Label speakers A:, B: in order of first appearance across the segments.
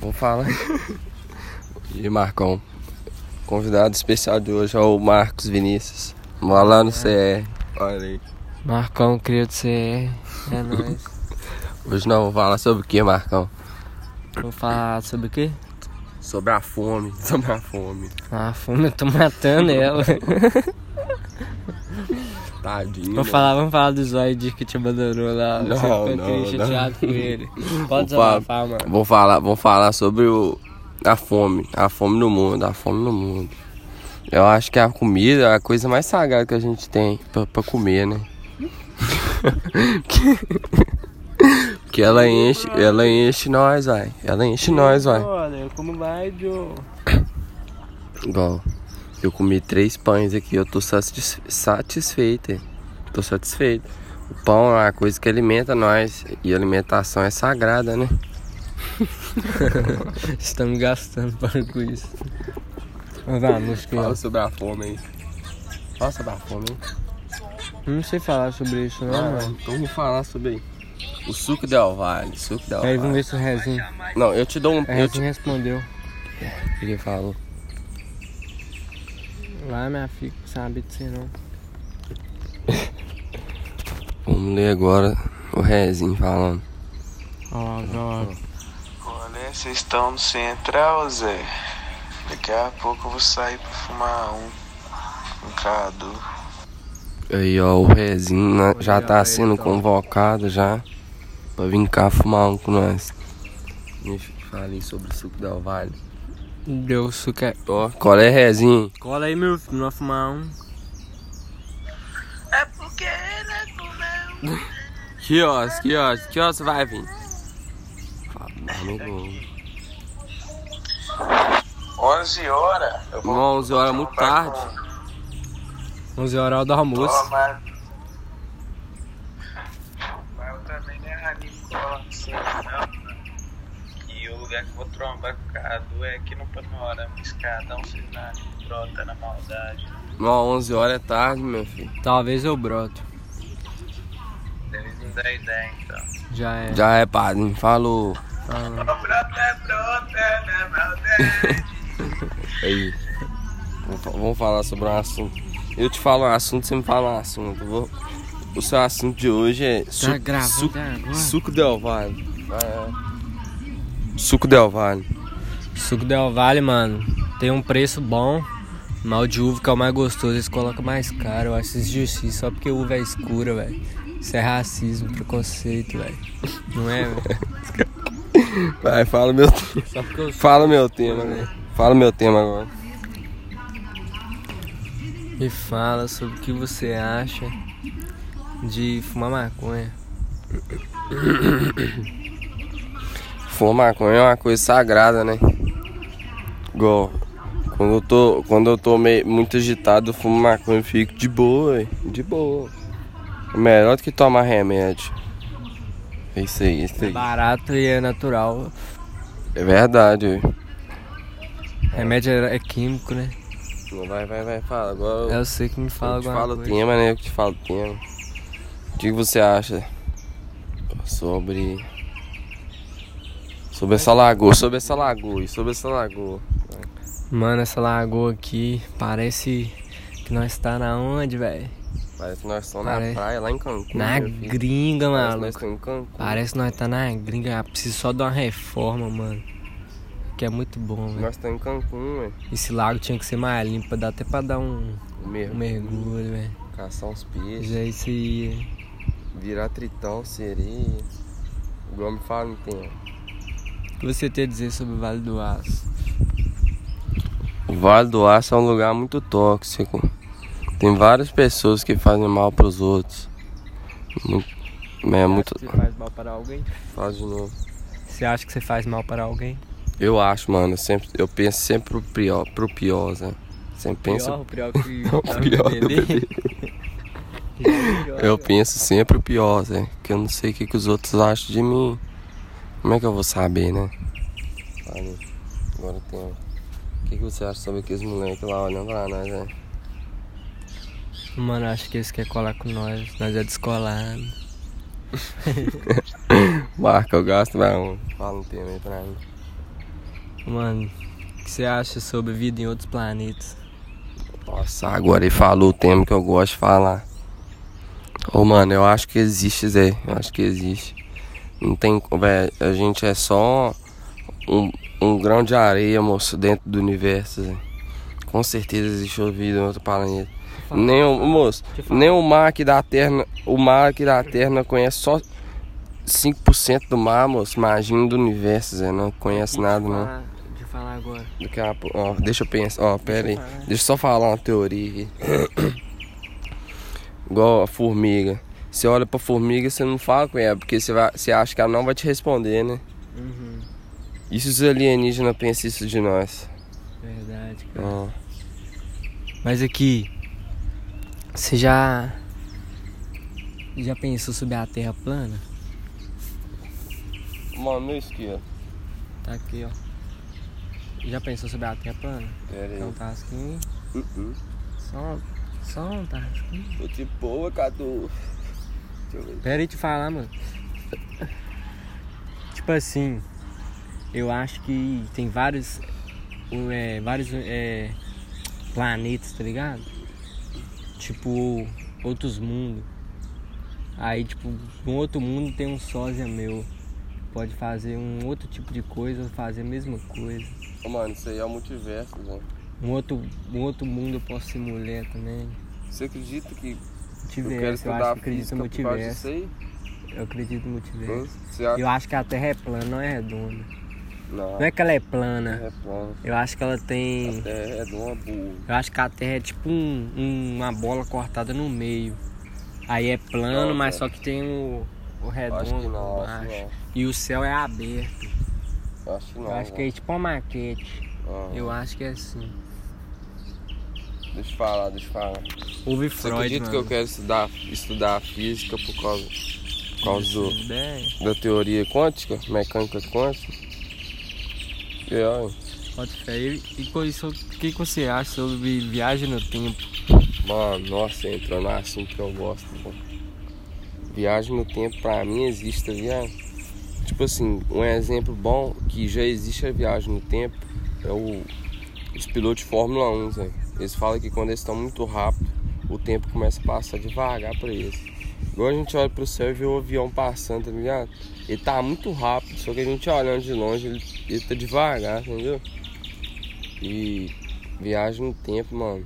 A: Vou falar. E Marcão, convidado especial de hoje é o Marcos Vinícius. Mora lá no CR. Olha aí.
B: Marcão, cria do CR. É nóis.
A: Hoje não, vou falar sobre o que, Marcão?
B: Vou falar sobre o quê?
A: Sobre a fome. Sobre a fome.
B: Ah, a fome, eu tô matando ela.
A: Tadinho. né?
B: Vamos falar, vamos falar do Zoid que te abandonou lá. você
A: Não,
B: ficou
A: não,
B: triste,
A: não.
B: chateado com ele. Pode
A: Opa.
B: desabafar, mano.
A: Vou falar, vou falar sobre o, a fome, a fome no mundo, a fome no mundo. Eu acho que a comida é a coisa mais sagrada que a gente tem pra, pra comer, né? Porque ela enche, ela enche nós, vai. Ela enche nós, vai.
B: Olha, eu como mais, Joe.
A: Igual, eu comi três pães aqui, eu tô satis- satisfeito. hein? Tô satisfeito. O pão é uma coisa que alimenta nós e alimentação é sagrada, né?
B: Estamos gastando para com isso. Vamos lá, música.
A: sobre a fome aí. Fala sobre a fome aí.
B: Não sei falar sobre isso, não,
A: Ah,
B: mano.
A: então vamos falar sobre o suco del Valle, suco del
B: Aí
A: Valle.
B: vamos ver É, assim se o Rezinho.
A: Não, eu te dou um,
B: O
A: eu te
B: Rezinho respondeu.
A: ele falou.
B: Lá, minha filha, não sabe de ser não.
A: Vamos ler agora o Rezinho falando.
B: Ó, ó,
C: Olha, né? vocês estão no central, Zé. Daqui a pouco eu vou sair pra fumar um. Um cadu.
A: Aí, ó, o Rezinho né, já
B: Olha
A: tá
B: aí,
A: sendo
B: então.
A: convocado já pra vir cá fumar um com nós. Me falei sobre o suco del Valle.
B: Deu suca.
A: Ó, qual é, Rezinho?
B: Cola aí, meu filho, não vai fumar um.
C: É porque ele é comeu.
A: Que horas, que horas, que horas você vai vir? Fala, maluco.
C: 11 horas. Eu vou
A: 11 horas, é muito
C: tomar
A: tarde.
C: com-
B: 11 horas do almoço.
C: tomar. Mas eu também é nem animo cola com vocês, não, mano. E o lugar que eu vou trombar com o Cadu é aqui no Panorama Escadão, vocês não animam trota na maldade.
A: Não, 11 horas é tarde, meu filho.
B: Talvez eu broto.
C: Eles não dão ideia, então.
B: Já é.
A: Já é, padrinho, falou.
B: Ah,
C: Brota, brota na maldade.
A: Aí. Vamos fa- Vamos falar sobre um assunto. Eu te falo um assunto, você me fala um assunto. Eu vou- O seu assunto de hoje é su
B: Tá gravando
A: su-
B: agora?
A: suco del Valle. Vai, vai. Suco del Valle.
B: Suco Del Vale, mano, tem um preço bom. Mal de uva que é o mais gostoso, eles colocam mais caro. Eu acho isso justiça só porque uva é escura, velho. Isso é racismo, preconceito, velho. Não é, velho?
A: Vai, fala meu tema.
B: Só porque eu sou.
A: Fala meu tema, né? Fala meu tema agora.
B: Me fala sobre o que você acha de fumar maconha.
A: Fumar maconha é uma coisa sagrada, né? Igual. Quando eu tô, quando eu tô meio, muito agitado, eu fumo maconha e fico de boa, ué. de boa. É melhor do que tomar remédio. É isso aí, é isso
B: É
A: aí.
B: barato e é natural.
A: É verdade, ué.
B: Remédio é é químico, né?
A: Não, Vai, vai, vai, fala. Agora eu,
B: Eu sei que me fala
A: eu te
B: alguma
A: falo o
B: coisa.
A: tema, né? Eu que te falo o tema. O que você acha sobre. Sobre essa lagoa, sobre essa lagoa, e sobre essa lagoa.
B: Mano, essa lagoa aqui parece que nós tá na onde, velho?
A: Parece que nós estamos
B: Parece.
A: na praia, lá em Cancún.
B: Na
A: meu filho.
B: gringa,
A: Parece que
B: maluco.
A: nós tá- estamos em Cancún.
B: Parece que nós tá na gringa, ah, preciso só de uma reforma, mano. Que é muito bom, velho.
A: Nós estamos em Cancún, velho.
B: Esse lago tinha que ser mais limpo, dá até pra dar um,
A: O
B: um
A: mergulho,
B: mergulho, velho.
A: caçar uns peixes,
B: Já isso aí.
A: virar tritão, sereia. O homem fala não tem.
B: O que você tem a dizer sobre o Vale do Aço?
A: O Vale do Aço é um lugar muito tóxico. Tem várias pessoas que fazem mal pros outros. Muito, é muito.
B: Você faz mal para alguém?
A: Fala de novo.
B: Você acha que você faz mal para alguém?
A: Eu acho, mano. Eu, sempre, eu penso sempre pro pior, pro pior, né? Sempre penso.
B: Pior, o pior que
A: O pior do bebê. Eu penso sempre o pior, Zé. Que eu não sei o que, que os outros acham de mim. Como é que eu vou saber, né? Aí, agora tem. um. O que, que você acha sobre aqueles moleques lá olhando pra nós, né? Zé?
B: Mano, acho que eles querem colar com nós. Nós é descolado.
A: Marca, eu gasto, vai um. Fala um tema aí pra mim.
B: Mano, o que você acha sobre vida em outros planetas?
A: Nossa, agora ele falou o tema que eu gosto de falar. Ô, mano, eu acho que existe, Zé. Eu acho que existe. Não tem. co- Véi, a gente é só um, um grão de areia, moço, dentro do universo, Zé. Com certeza existe vida em outro planeta. Nem o, moço, nem o mar aqui da Terra. O mar aqui da Terra não conhece só 5% do mar, moço. Imagina do universo, Zé. Não conhece nada, não.
B: De falar agora.
A: Daqui a pouco. Ó, deixa eu pensar. Ó, pera aí. Deixa eu só falar uma teoria aqui. Igual a formiga. Você olha pra formiga e você não fala com ela, porque você, vai, você acha que ela não vai te responder, né?
B: Uhum.
A: E se os alienígenas pensam isso de nós?
B: Verdade, cara.
A: Ó,
B: Mas aqui, você já. Já pensou sobre a Terra plana?
A: Mano, meu esquerdo.
B: Tá aqui, ó. Já pensou sobre a Terra plana?
A: Pera Uh,
B: É um tasquinho. Só, só um tasquinho.
A: Tô de boa, Cadu. Deixa eu ver.
B: Pera aí te falar, mano. Tipo assim, eu acho que tem vários. um, é, vários é, planetas, tá ligado? Tipo, outros mundos. Aí, tipo, um outro mundo tem um sósia meu. Pode fazer um outro tipo de coisa ou fazer a mesma coisa.
A: Ô, Mano, isso aí é o multiverso, velho.
B: Um outro, um outro mundo eu posso ser mulher também.
A: Você acredita que eu quero
B: Multiverso, eu,
A: estudar
B: acho que acredito
A: física
B: no
A: por causa disso
B: multiverso.
A: aí?
B: Eu acredito no
A: Hum?
B: multiverso.
A: Você acha?
B: Eu acho que a Terra é plana, não é redonda.
A: Não,
B: Não é que ela é plana.
A: é plano.
B: Eu acho que ela tem.
A: Até é de uma burra.
B: Eu acho que a Terra é tipo um- um- uma bola cortada no meio. Aí é plano,
A: Não,
B: mas
A: cara.
B: só que tem o, o
A: Eu
B: redondo
A: Acho que não,
B: por
A: acho
B: baixo.
A: que não.
B: E o céu é aberto.
A: Eu Acho que não.
B: eu acho que é tipo uma maquete.
A: é.
B: Eu acho que é assim.
A: Deixa eu falar, deixa eu falar.
B: Houve
A: Você
B: Freud,
A: acredita
B: mano.
A: que eu quero estudar, estudar física por causa, por causa do-
B: Ideia.
A: da teoria quântica, mecânica quântica? É, ó,
B: Pode fé. E, e com isso, o que que você acha sobre viagem no tempo?
A: mano, nossa, entrou no assunto que eu gosto. pô. Viagem no tempo pra mim existe, tá ligado? Tipo assim, um exemplo bom que já existe a viagem no tempo é o, os pilotos de Fórmula 1, Zé. Eles falam que quando eles estão muito rápido, o tempo começa a passar devagar pra eles. Igual a gente olha pro céu e vê o avião passando, tá ligado? Ele tá muito rápido, só que a gente olhando de longe, ele, ele tá devagar, entendeu? E viagem no tempo, mano.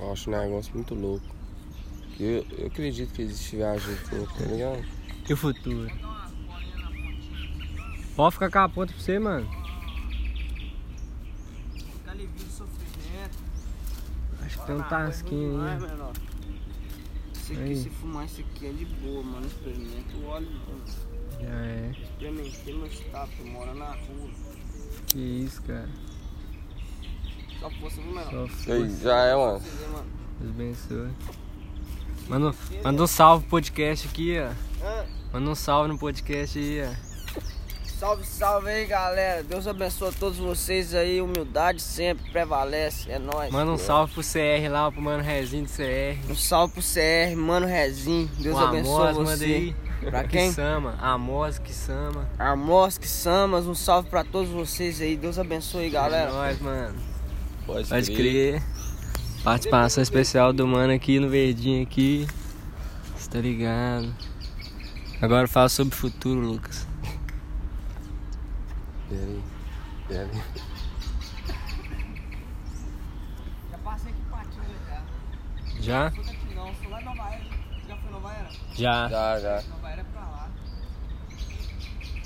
A: Eu acho um negócio muito louco. Eu, eu acredito que existe viagem no tempo, tá ligado?
B: E o futuro? Pode ficar com a ponta pra você, mano.
D: Tá
B: Acho que tem um tasquinho aí.
D: Se,
B: Aí.
D: se fumar isso aqui é de boa, mano. Experimenta o óleo, mano.
B: Já é.
D: Experimentei meus tapas, mora na rua.
B: Que isso, cara.
D: Só força, viu, mano?
B: Só
A: Aí,
B: força.
A: já é, mano.
D: Você vê, mano.
B: Deus abençoe. Manda, um- manda um salve pro podcast aqui, ó.
D: Hã?
B: Manda um salve no podcast aí, ó.
D: Salve, salve aí, galera. Deus abençoe a todos vocês aí. Humildade sempre prevalece. É nóis.
B: Manda um salve pro CR lá, pro mano Rezinho do CR.
D: Um salve pro CR, mano Rezinho. Deus
B: o
D: abençoe
B: Amos, Um manda
D: você.
B: aí.
D: Pra quem?
B: Kisama. Amos, Kisama.
D: Amos, que Samas, um salve pra todos vocês aí. Deus abençoe aí,
B: É
D: galera.
B: nóis, mano.
A: Pode,
B: Pode crer. Participação especial do mano aqui no Verdinho aqui. Você tá ligado? Agora fala sobre o futuro, Lucas.
A: Pera aí. Pera aí.
D: Já passei aqui patinho, cara.
B: Já?
D: Sou daqui não, sou lá em Nova Era. Já foi Nova Era?
B: Já.
A: Já, já.
D: Nova Era é pra lá.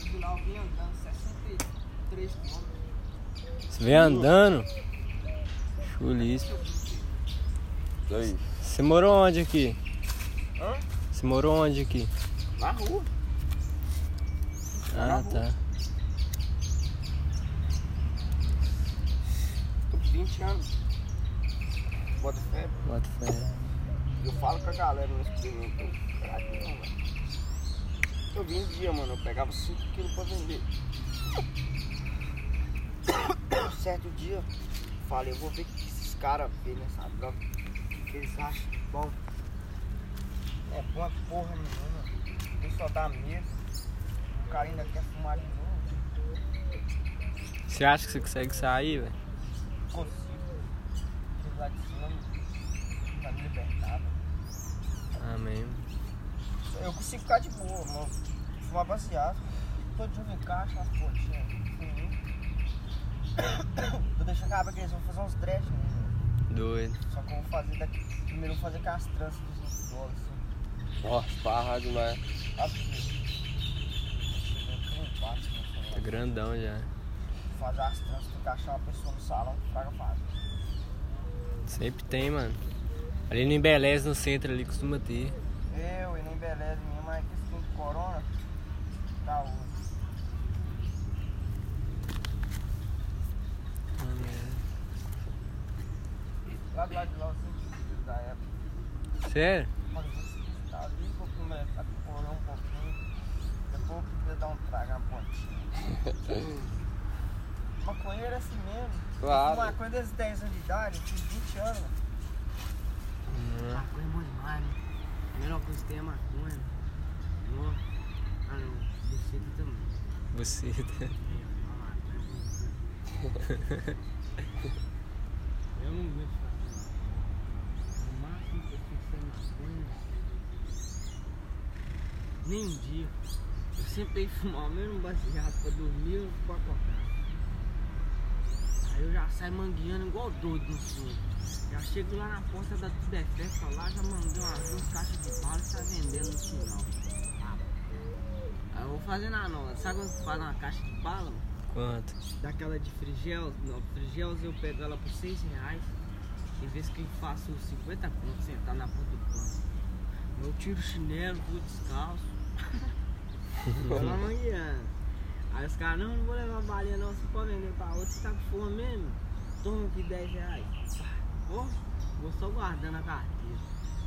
D: De lá eu vim andando 63 quilômetros.
B: Você vem andando? Chulíssimo.
A: Aí.
B: Você morou onde aqui?
D: Hã?
B: Você morou onde aqui?
D: Na rua?
B: Ah, tá.
D: 20 anos. Bota fé.
B: Bota fé.
D: Eu falo com a galera, eu experimento. Caraca, não, velho. Eu vendia, mano. Eu pegava 5 quilos pra vender. Certo dia, falei, eu vou ver o que esses caras vê nessa droga. O que eles acham bom. É bom é porra nenhuma. Ele só dá medo.
E: cara ainda quer fumar de novo.
B: Você acha que você consegue sair, velho?
E: Consigo. Porque lá de cima tá me libertado.
B: Amém.
E: Eu consigo ficar de boa, mano. Fumar baseado. Todo dia eu me encaixo nas pontinhas. Fininho. Vou deixar acabar que eles vão fazer uns dreads nele, mano.
B: Doido.
E: Só que eu vou fazer daqui. Primeiro eu vou fazer com as tranças dos outros dólares. Assim. Tá né?
A: Nossa, parra demais.
E: Abre. Chegou com um passo, né,
B: Tá
E: mano?
B: grandão já.
E: Fazer as tranças, tu encaixar uma pessoa no salão, fraga faz.
B: Sempre tem, mano. Ali no Embeleze, no centro, ali costuma ter.
E: Eu e nem beleza minha, mas que skin de corona. Tá osso. Lá do lado de lá, eu sinto que da época.
B: Sério?
E: Mano, você tá ali, vou começar a correr um pouquinho. Depois eu queria dar um trago na pontinha. Maconheiro é assim mesmo.
A: Claro.
E: Uma coisa desde 10 anos de idade, eu tinha 20 anos.
D: Maconha é bom demais, né? A melhor coisa que tem é maconha. Ó, ah não, você também.
B: Você.
D: A maconha é bom demais. Eu não vejo fazer nada. O máximo que eu fico sem maconha. Nem um dia. Eu sempre tenho que fumar o mesmo baseado pra dormir ou pra acordar. Aí eu já saio mangueando igual doido no sul. Já chego lá na porta da Tudefesta lá, já mandei umas duas caixas de bala e sai vendendo no sinal. Ah, Aí eu vou fazer na nova. Sabe quando faz uma caixa de bala? mano?
B: Quanto?
D: daquela de frigel, não, frigels eu pego ela por 6 reais, em vez que eu faço os 50 conto sentar na ponta do pano. Eu tiro o chinelo, vou descalço. Vou lá amanhã. Aí os caras, não, não vou levar balinha não, você pode vender pra outro, você tá com fome mesmo? Toma aqui 10 reais. Pá, Vou, vou só guardando a carteira.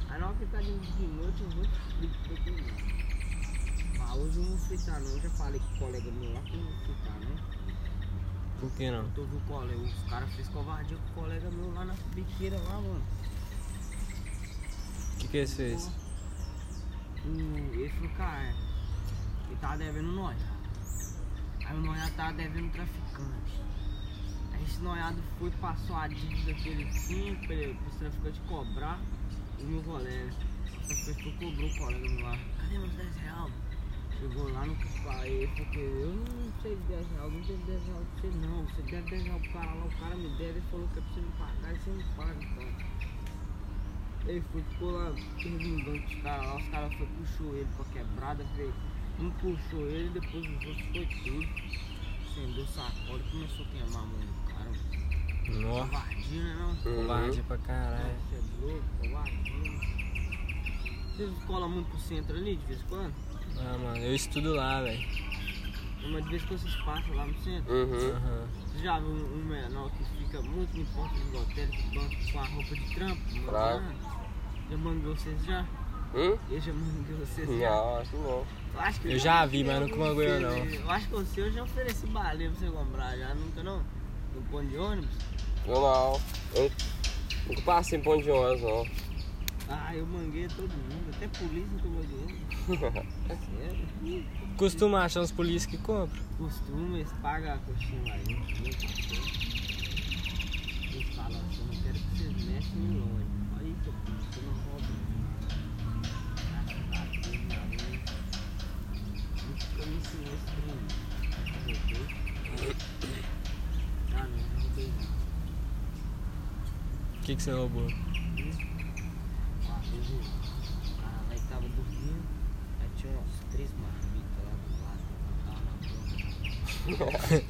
D: Aí na hora que tá de de noite eu vou frito pra comer. Ah, hoje eu não vou fritar não, eu já falei com o colega meu lá que eu não vou fritar, né?
B: Por que não?
D: Tu viu o colega? Os caras fez covardia com o colega meu lá na biqueira lá, mano.
B: O que, que eles fez?
D: O, ele falou, cara, ele tava devendo nós. Aí o noiado tava devendo traficante. Aí esse noiado foi, passou a dívida que ele tinha pra ele- pros traficantes cobrar o meu colega. né? O traficante cobrou o colega meu lá. Cadê meus 10 reais? Chegou lá no aí ele falou que eu não sei 10 reais, não tenho 10 reais pra você não. Você deve 10 reais pro cara lá, o cara me deve e falou que é pra você me pagar e você não paga, então. Ele foi, ficou lá perguntando os caras lá, os caras foi, puxou ele pra quebrada, veio. Um puxou ele, depois os outros foi tudo. Acendeu sacola e começou a queimar a é mão do cara. mano.
B: Nossa,
D: Covardia, né não?
B: covarde pra caralho.
D: Você é louco, covardia. né? Vocês colam muito pro centro ali de vez em quando?
B: Ah, mano, eu estudo lá, velho.
D: Não, Mas de vez em quando vocês passam lá no centro.
A: Uhum.
B: Aham.
D: Vocês já viu um um menor que fica muito em ponta de lotérica, de banco, com a roupa de trampo? mano?
A: Fraco.
D: Já mandou vocês já?
A: Hum?
D: Eu já mandei vocês já.
A: Não, acho que não.
D: Eu, acho que
B: Eu já vi, mas nunca
D: ofereci-
B: manguei, não.
D: Eu acho que você eu já ofereci baleia pra você comprar, já nunca não. No ponto de ônibus?
A: Eu não. Eu nunca passei em ponto de ônibus, não.
D: Ah, eu manguei todo mundo, até polícia tomou de ônibus. tá Sério?
B: Costuma achar uns polícias que compram.
D: Costuma, eles pagam a coxinha lá dentro, nem pastel. Eles falam assim, eu não quero que vocês mexam em longe. Olha isso, eu não roubo. Ah, tá, tudo na lei. Eu me ensinei esse crime. Roubei. Tá Ah, não, não roubei não.
B: O que, que você roubou?
D: Ah, roubei. Ah, vai tava dormindo. Aí tinha uns três marmitas lá do lado. Tava na boca.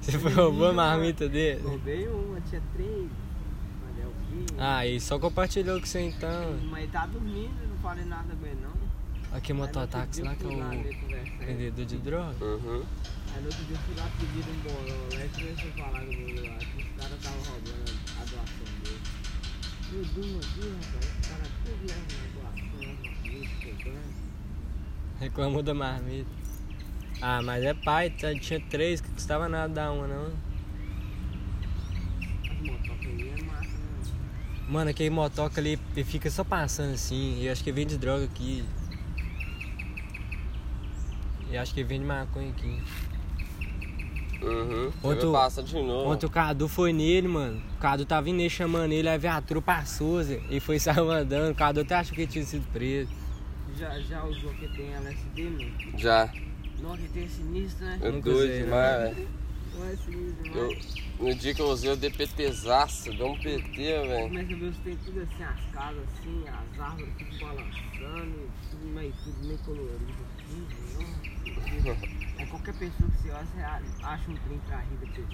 B: Você foi roubou a marmita dele?
D: Roubei uma, tinha três. Mas é o quê?
B: Ah, e só compartilhou com você então. velho.
D: Mas tá dormindo, eu não falei nada com ele não.
B: Aqui
D: Aí no outro
B: mototáxi
D: dia
B: lá
D: eu
B: que é
D: fui lá ver
B: o
D: conversar.
B: vendedor de droga.
A: Uhum.
D: Aí no outro dia eu fui lá pedir um bolão lá e comecei a falar com ele lá, que os caras estavam roubando a doação dele. Eu durmo aqui, rapaz, os caras tudo levam a doação, leva tudo, pegando.
B: Reclamou da marmita. Ah, mas é pai, tá- tinha três que custava nada dar uma, não.
D: As motocas ali é massa, né?
B: Mano, aquele motoca ali ele fica só passando assim. Eu acho que vende droga aqui. E acho que vende maconha aqui.
A: Uhum.
B: Outro-
A: Ele passa de novo.
B: Ontem o Cadu foi nele, mano. O Cadu tava indo nele chamando ele, aí veio a viatura passou, Zé. E foi saiu andando. O Cadu até achou que ele tinha sido preso.
D: Já, já usou que tem LSD, mano?
A: Já.
D: Não, que tem sinistro, né?
A: Eu
B: Nunca
A: doido
B: usei, né?
A: demais, velho.
D: Não é sinistro,
A: Eu,
D: demais.
A: no dia que eu usei, eu dei PTzaço, deu um PT, velho.
D: Começa a ver os tem tudo assim, as casas assim, as árvores tudo balançando, tudo meio, tudo meio colorido, tudo, ó. É qualquer pessoa que você olha, você a- acha um trem pra rir da pessoa.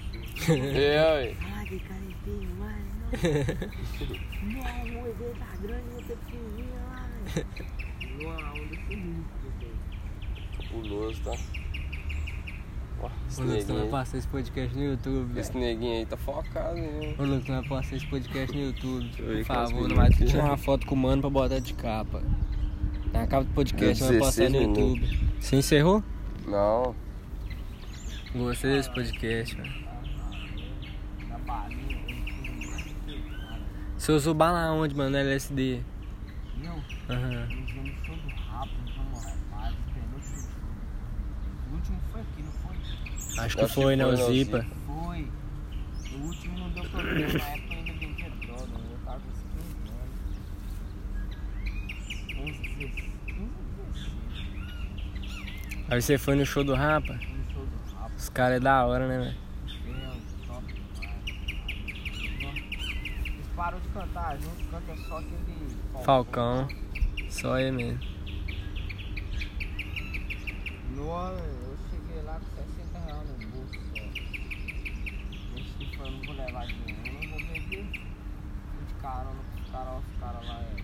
A: É, velho.
D: Ah, que caretinho, mas não. Não, o ED tá grande, vou ter pequenininha lá. Não, a onda foi muito, velho.
A: Puloso, tá? Ó, esse
B: Ô, Lucas, tu vai
A: neguinho, aí, né?
B: postar esse podcast no YouTube, velho.
A: esse neguinho aí tá focado, hein?
B: Ô, Lucas, é tu vai postar esse podcast no YouTube.
A: eu
B: Por
A: ver que é os
B: favor, não vai
A: meninos aqui.
B: tirar uma foto com o mano pra botar de capa. Na capa do podcast,
A: Deu
B: não vai postar
A: 16
B: no YouTube. Você encerrou?
A: Não.
B: Gostei desse podcast, velho. Você usou bala onde, mano? LSD?
D: Não,
B: Aham.
D: Nós viemos todo rápido, vamos lá, mas penúltimo. é O último foi aqui, não foi?
B: Acho
A: que
B: que foi, né?
A: foi,
B: O
A: né, o
B: Zipa.
D: Foi. O último não deu problema, na época eu ainda vendia droga, eu tava com 15 anos. 11, 16, 15, 16,
B: Aí você foi no show do Rapa?
D: no um show do Rafa,
B: Os caras é da hora, né, velho?
D: meu, top demais. Eles param de cantar junto, canta só aquele.
B: Falcão. Só ele mesmo.
D: No, eu cheguei lá com 60 reais no bolso. Esse foi, eu não vou levar dinheiro, eu não vou beber. Fui de carona com os caras, os caras lá, é,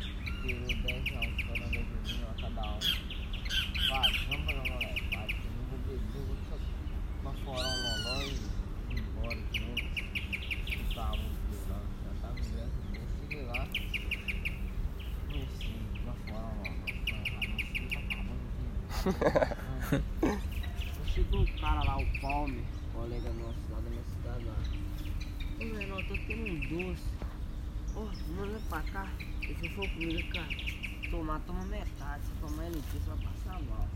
D: tirou 10 reais, foi na gasolina a cada um. Vai, vamos pagar moleque, vai, que eu não vou beber, eu vou ficar uma forão loló e vou embora de novo. Escutar a música lá, já tava ingresso, eu cheguei lá. Desci, uma forão loló, falei, ah, meu filho tá acabando de Chegou o cara lá, o Palme, colega nosso lá da minha cidade lá. Ô menor, tô tendo um doce. Ô, manda pra cá. E se for comigo, cara, tomar, toma metade. Se tomar ele aqui, você vai passar mal.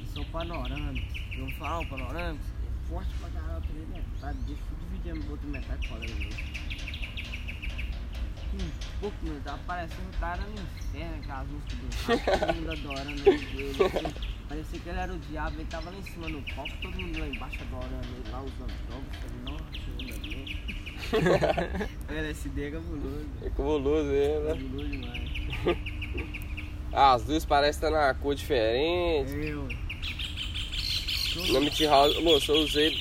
D: Eu sou panorâmico. Não fala, o panorâmico é forte pra caralho, eu tomei metade. Deixa eu dividir a minha outra metade com o colega meu. né?" Hum, pouco, meu, tá parecendo um cara no inferno, aquelas músicas do rap, todo mundo adorando ele dele. assim. Parecia que ele era o diabo, ele tava lá em cima no palco, todo mundo lá embaixo adorando ele lá, usando drogas, falei, nossa, ainda bem. LSD é cabuloso,
A: É com o Luz aí, né?
D: cabuloso demais.
A: Ah, as luzes parecem estar na cor diferente.
D: Eu,
A: Na Meet House, moço, eu usei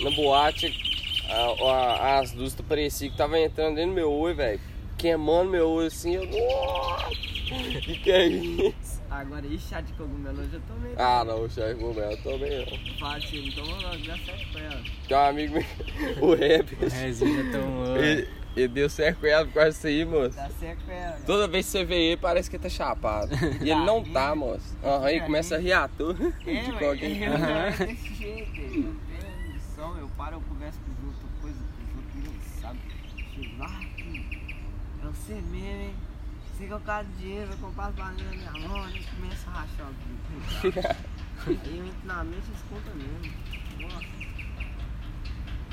A: na boate a- a- as luzes parecia que tava entrando dentro do meu olho, velho. Queimando meu olho assim, eu. Uau! Que que é isso?
D: agora, e chá de cogumelo, eu já tomei.
A: Ah, não, chefe, meu, eu também não.
D: Fácil, não toma não, já serve pra ela.
A: Tem um amigo meu, o rap,
B: O Rezinho já tomou.
A: ele, ele deu sequela por causa disso aí, moço.
D: Dá certo pra ela.
A: Toda vez que você vê ele, parece que ele tá chapado. E ele não tá, moço. Aham, ele começa a rir à toa
D: É,
A: de
D: eu
A: qualquer.
D: não desse jeito, ele não tem missão, eu paro, eu converso com os outros, coisa com os outros, ninguém sabe. Chego "Ah, lá, eu sei mesmo, hein? Sei que é eu caso dinheiro, eu comprar as balinhas na minha mão, eles começam a rachar o bico. Aí eu entro na mente e escuta mesmo. Nossa.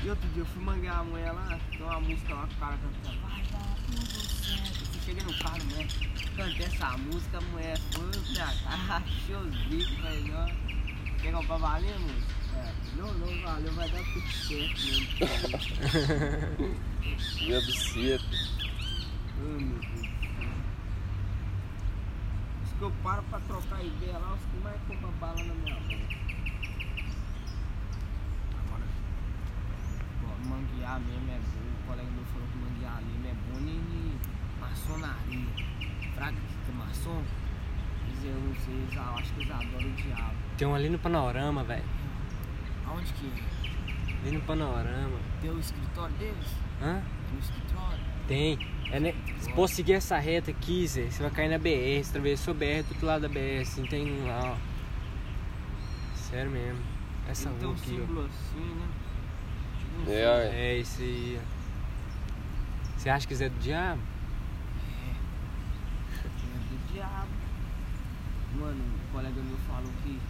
D: E outro dia eu fui manguear a mulher lá, tem uma música lá que o cara cantando, vai dar tudo certo. Eu cheguei no carro, mulher, cantei essa música, a mulher foi pra cá, achou os bicos, falei, ó. Quer comprar balinha, moço? É. Não, não, valeu, vai dar tudo certo mesmo.
A: Uhum. Meu buceta.
D: Ai, meu Deus. do céu. Os que eu paro pra trocar ideia lá, os que mais compram bala na minha mão. Agora, pô, manguear mesmo é bom. O colega meu falou que manguear mesmo é bom nem em maçonaria. Fraga que é maçom? Eles, eu não sei, eles, eu acho que eles adoram o diabo.
B: Tem um ali no panorama, velho.
D: Aonde que é?
B: Ali no panorama.
D: Tem o escritório deles?
B: Hã?
D: Tem o escritório?
B: Tem. É, né? Se for seguir essa reta aqui, Zé, você vai cair na BR. Você atravessou a BR do outro lado da BR, assim, tem um lá, ó. Sério mesmo. Essa
D: Ele tem
B: rua
D: um
B: aqui,
D: símbolo assim, né? Tipo um
A: É,
B: ó.
A: ué.
B: É isso aí, ó. Você acha que isso é do diabo?
D: um É do diabo. Mano, o colega meu falou que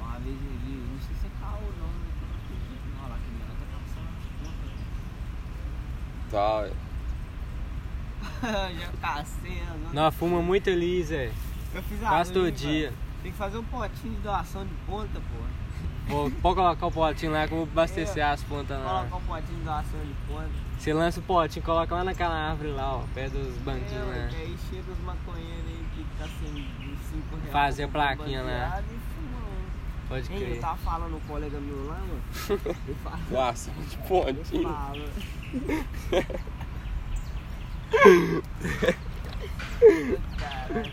D: Uma vez eu vi, não sei se é caô ou não, né? Eu não acredito não, olha lá, aquele cara tá passando as
A: Tá, ué.
D: contas. Já tá sendo.
B: Nós fuma muito ali, Zé.
D: Eu fiz a
B: Quase todo
D: limpa.
B: dia.
D: Tem que fazer um potinho de doação de ponta, pô.
B: Vou, pode colocar o potinho lá que eu vou abastecer as pontas lá.
D: Colocar um potinho de doação de ponta.
B: Você lança o potinho, coloca lá naquela árvore lá, ó, perto dos
D: É,
B: banquinhos
D: ué, que
B: lá.
D: aí chega os maconheiros aí que tá sem 5 reais.
B: Fazer a
D: compra uma
B: plaquinha lá.
D: baseada e fuma um.
B: Pode
D: Hein, eu
B: crer.
D: tava falando com um colega meu lá, mano. Eu falo,
A: Clássico de
D: eu
A: pontinho.
D: falo. Caralho.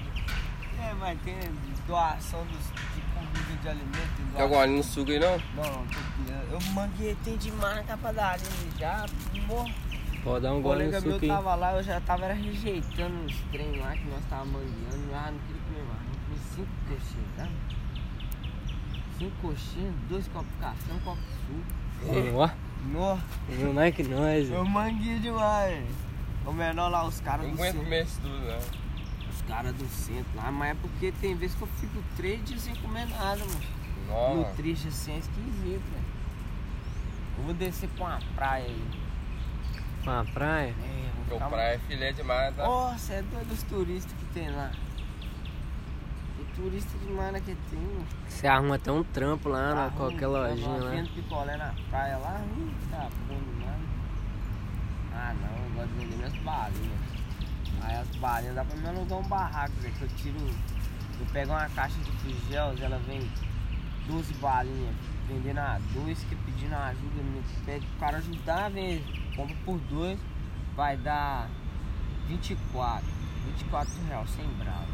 D: É, mas tem doação dos, de comida de alimento. tem
A: Quer
D: doação-
A: algum ali no suco aí, não?
D: Não, não, tô criando. Eu manguei, tem demais tá na capa da areia já. Morro.
B: Pode dar
D: Um
B: um gole no
D: colega meu
B: suco aí.
D: tava lá, eu já tava era rejeitando os trem lá que nós tava mangueando. Ah, não queria comer mais. Eu comi cinco coxinhas, tá? Cinco coxinhas, dois copos de café, um copo de suco.
B: Hum, Ó,
D: Nossa,
B: viu mais que nós, Zé.
D: eu manguei um demais. O menor lá, os caras
A: Não
D: do
A: aguento
D: centro.
A: comer isso tudo, não.
D: Os caras do centro lá, mas é porque tem vezes que eu fico três dias sem comer nada, mano.
A: Nossa.
D: Nutrixa assim é esquisito, velho. Eu vou descer pra uma praia aí.
B: Pra praia.
D: É, vou
A: Meu
D: ficar-
A: praia é filé demais, tá?
D: Nossa, é doido os turistas que tem lá. E turista demais né, que tem, mano.
B: Você arruma até um trampo lá na
D: Tá ruim,
B: qualquer
D: tá
B: lojinha
D: lá.
B: lá.
D: Vendo picolé na praia lá, hum, tá bom demais. Ah não, eu gosto de vender minhas balinhas. Aí as balinhas dá pra me alugar um barraco, né? Que eu tiro. Eu pego uma caixa de tigels, ela vem 12 balinhas, vendendo a dois, que pedindo ajuda, me pede pro cara ajudar, vem, compra por dois, vai dar 24. 24 reais, sem bravo.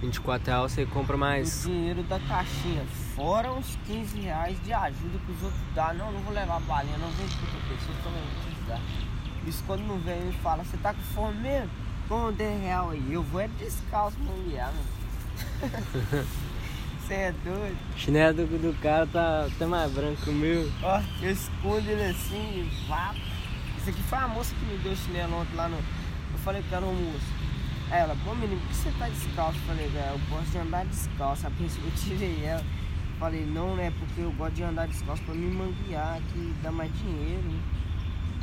B: 24 reais você compra
D: O
B: mais.
D: dinheiro da caixinha, fora uns 15 reais de ajuda que os outros dão. Não, não vou levar balinha, não vem porque a pessoa também vou te dar. Isso quando não vem e fala, você tá com fome mesmo? Toma 10 real aí, eu vou é descalço pra guiar, mano. Você é doido?
B: O chinelo do, do cara tá até mais branco que o meu.
D: Ó, eu escondo ele assim e vá. Isso aqui foi a moça que me deu o chinelo ontem lá no. Eu falei pra ela, ô moço. Aí ela, pô menino, por que você tá descalço? Eu falei, velho, eu gosto de andar descalço. A pessoa, eu tirei ela. Falei, não, né? Porque eu gosto de andar descalço pra me manguear, que dá mais dinheiro.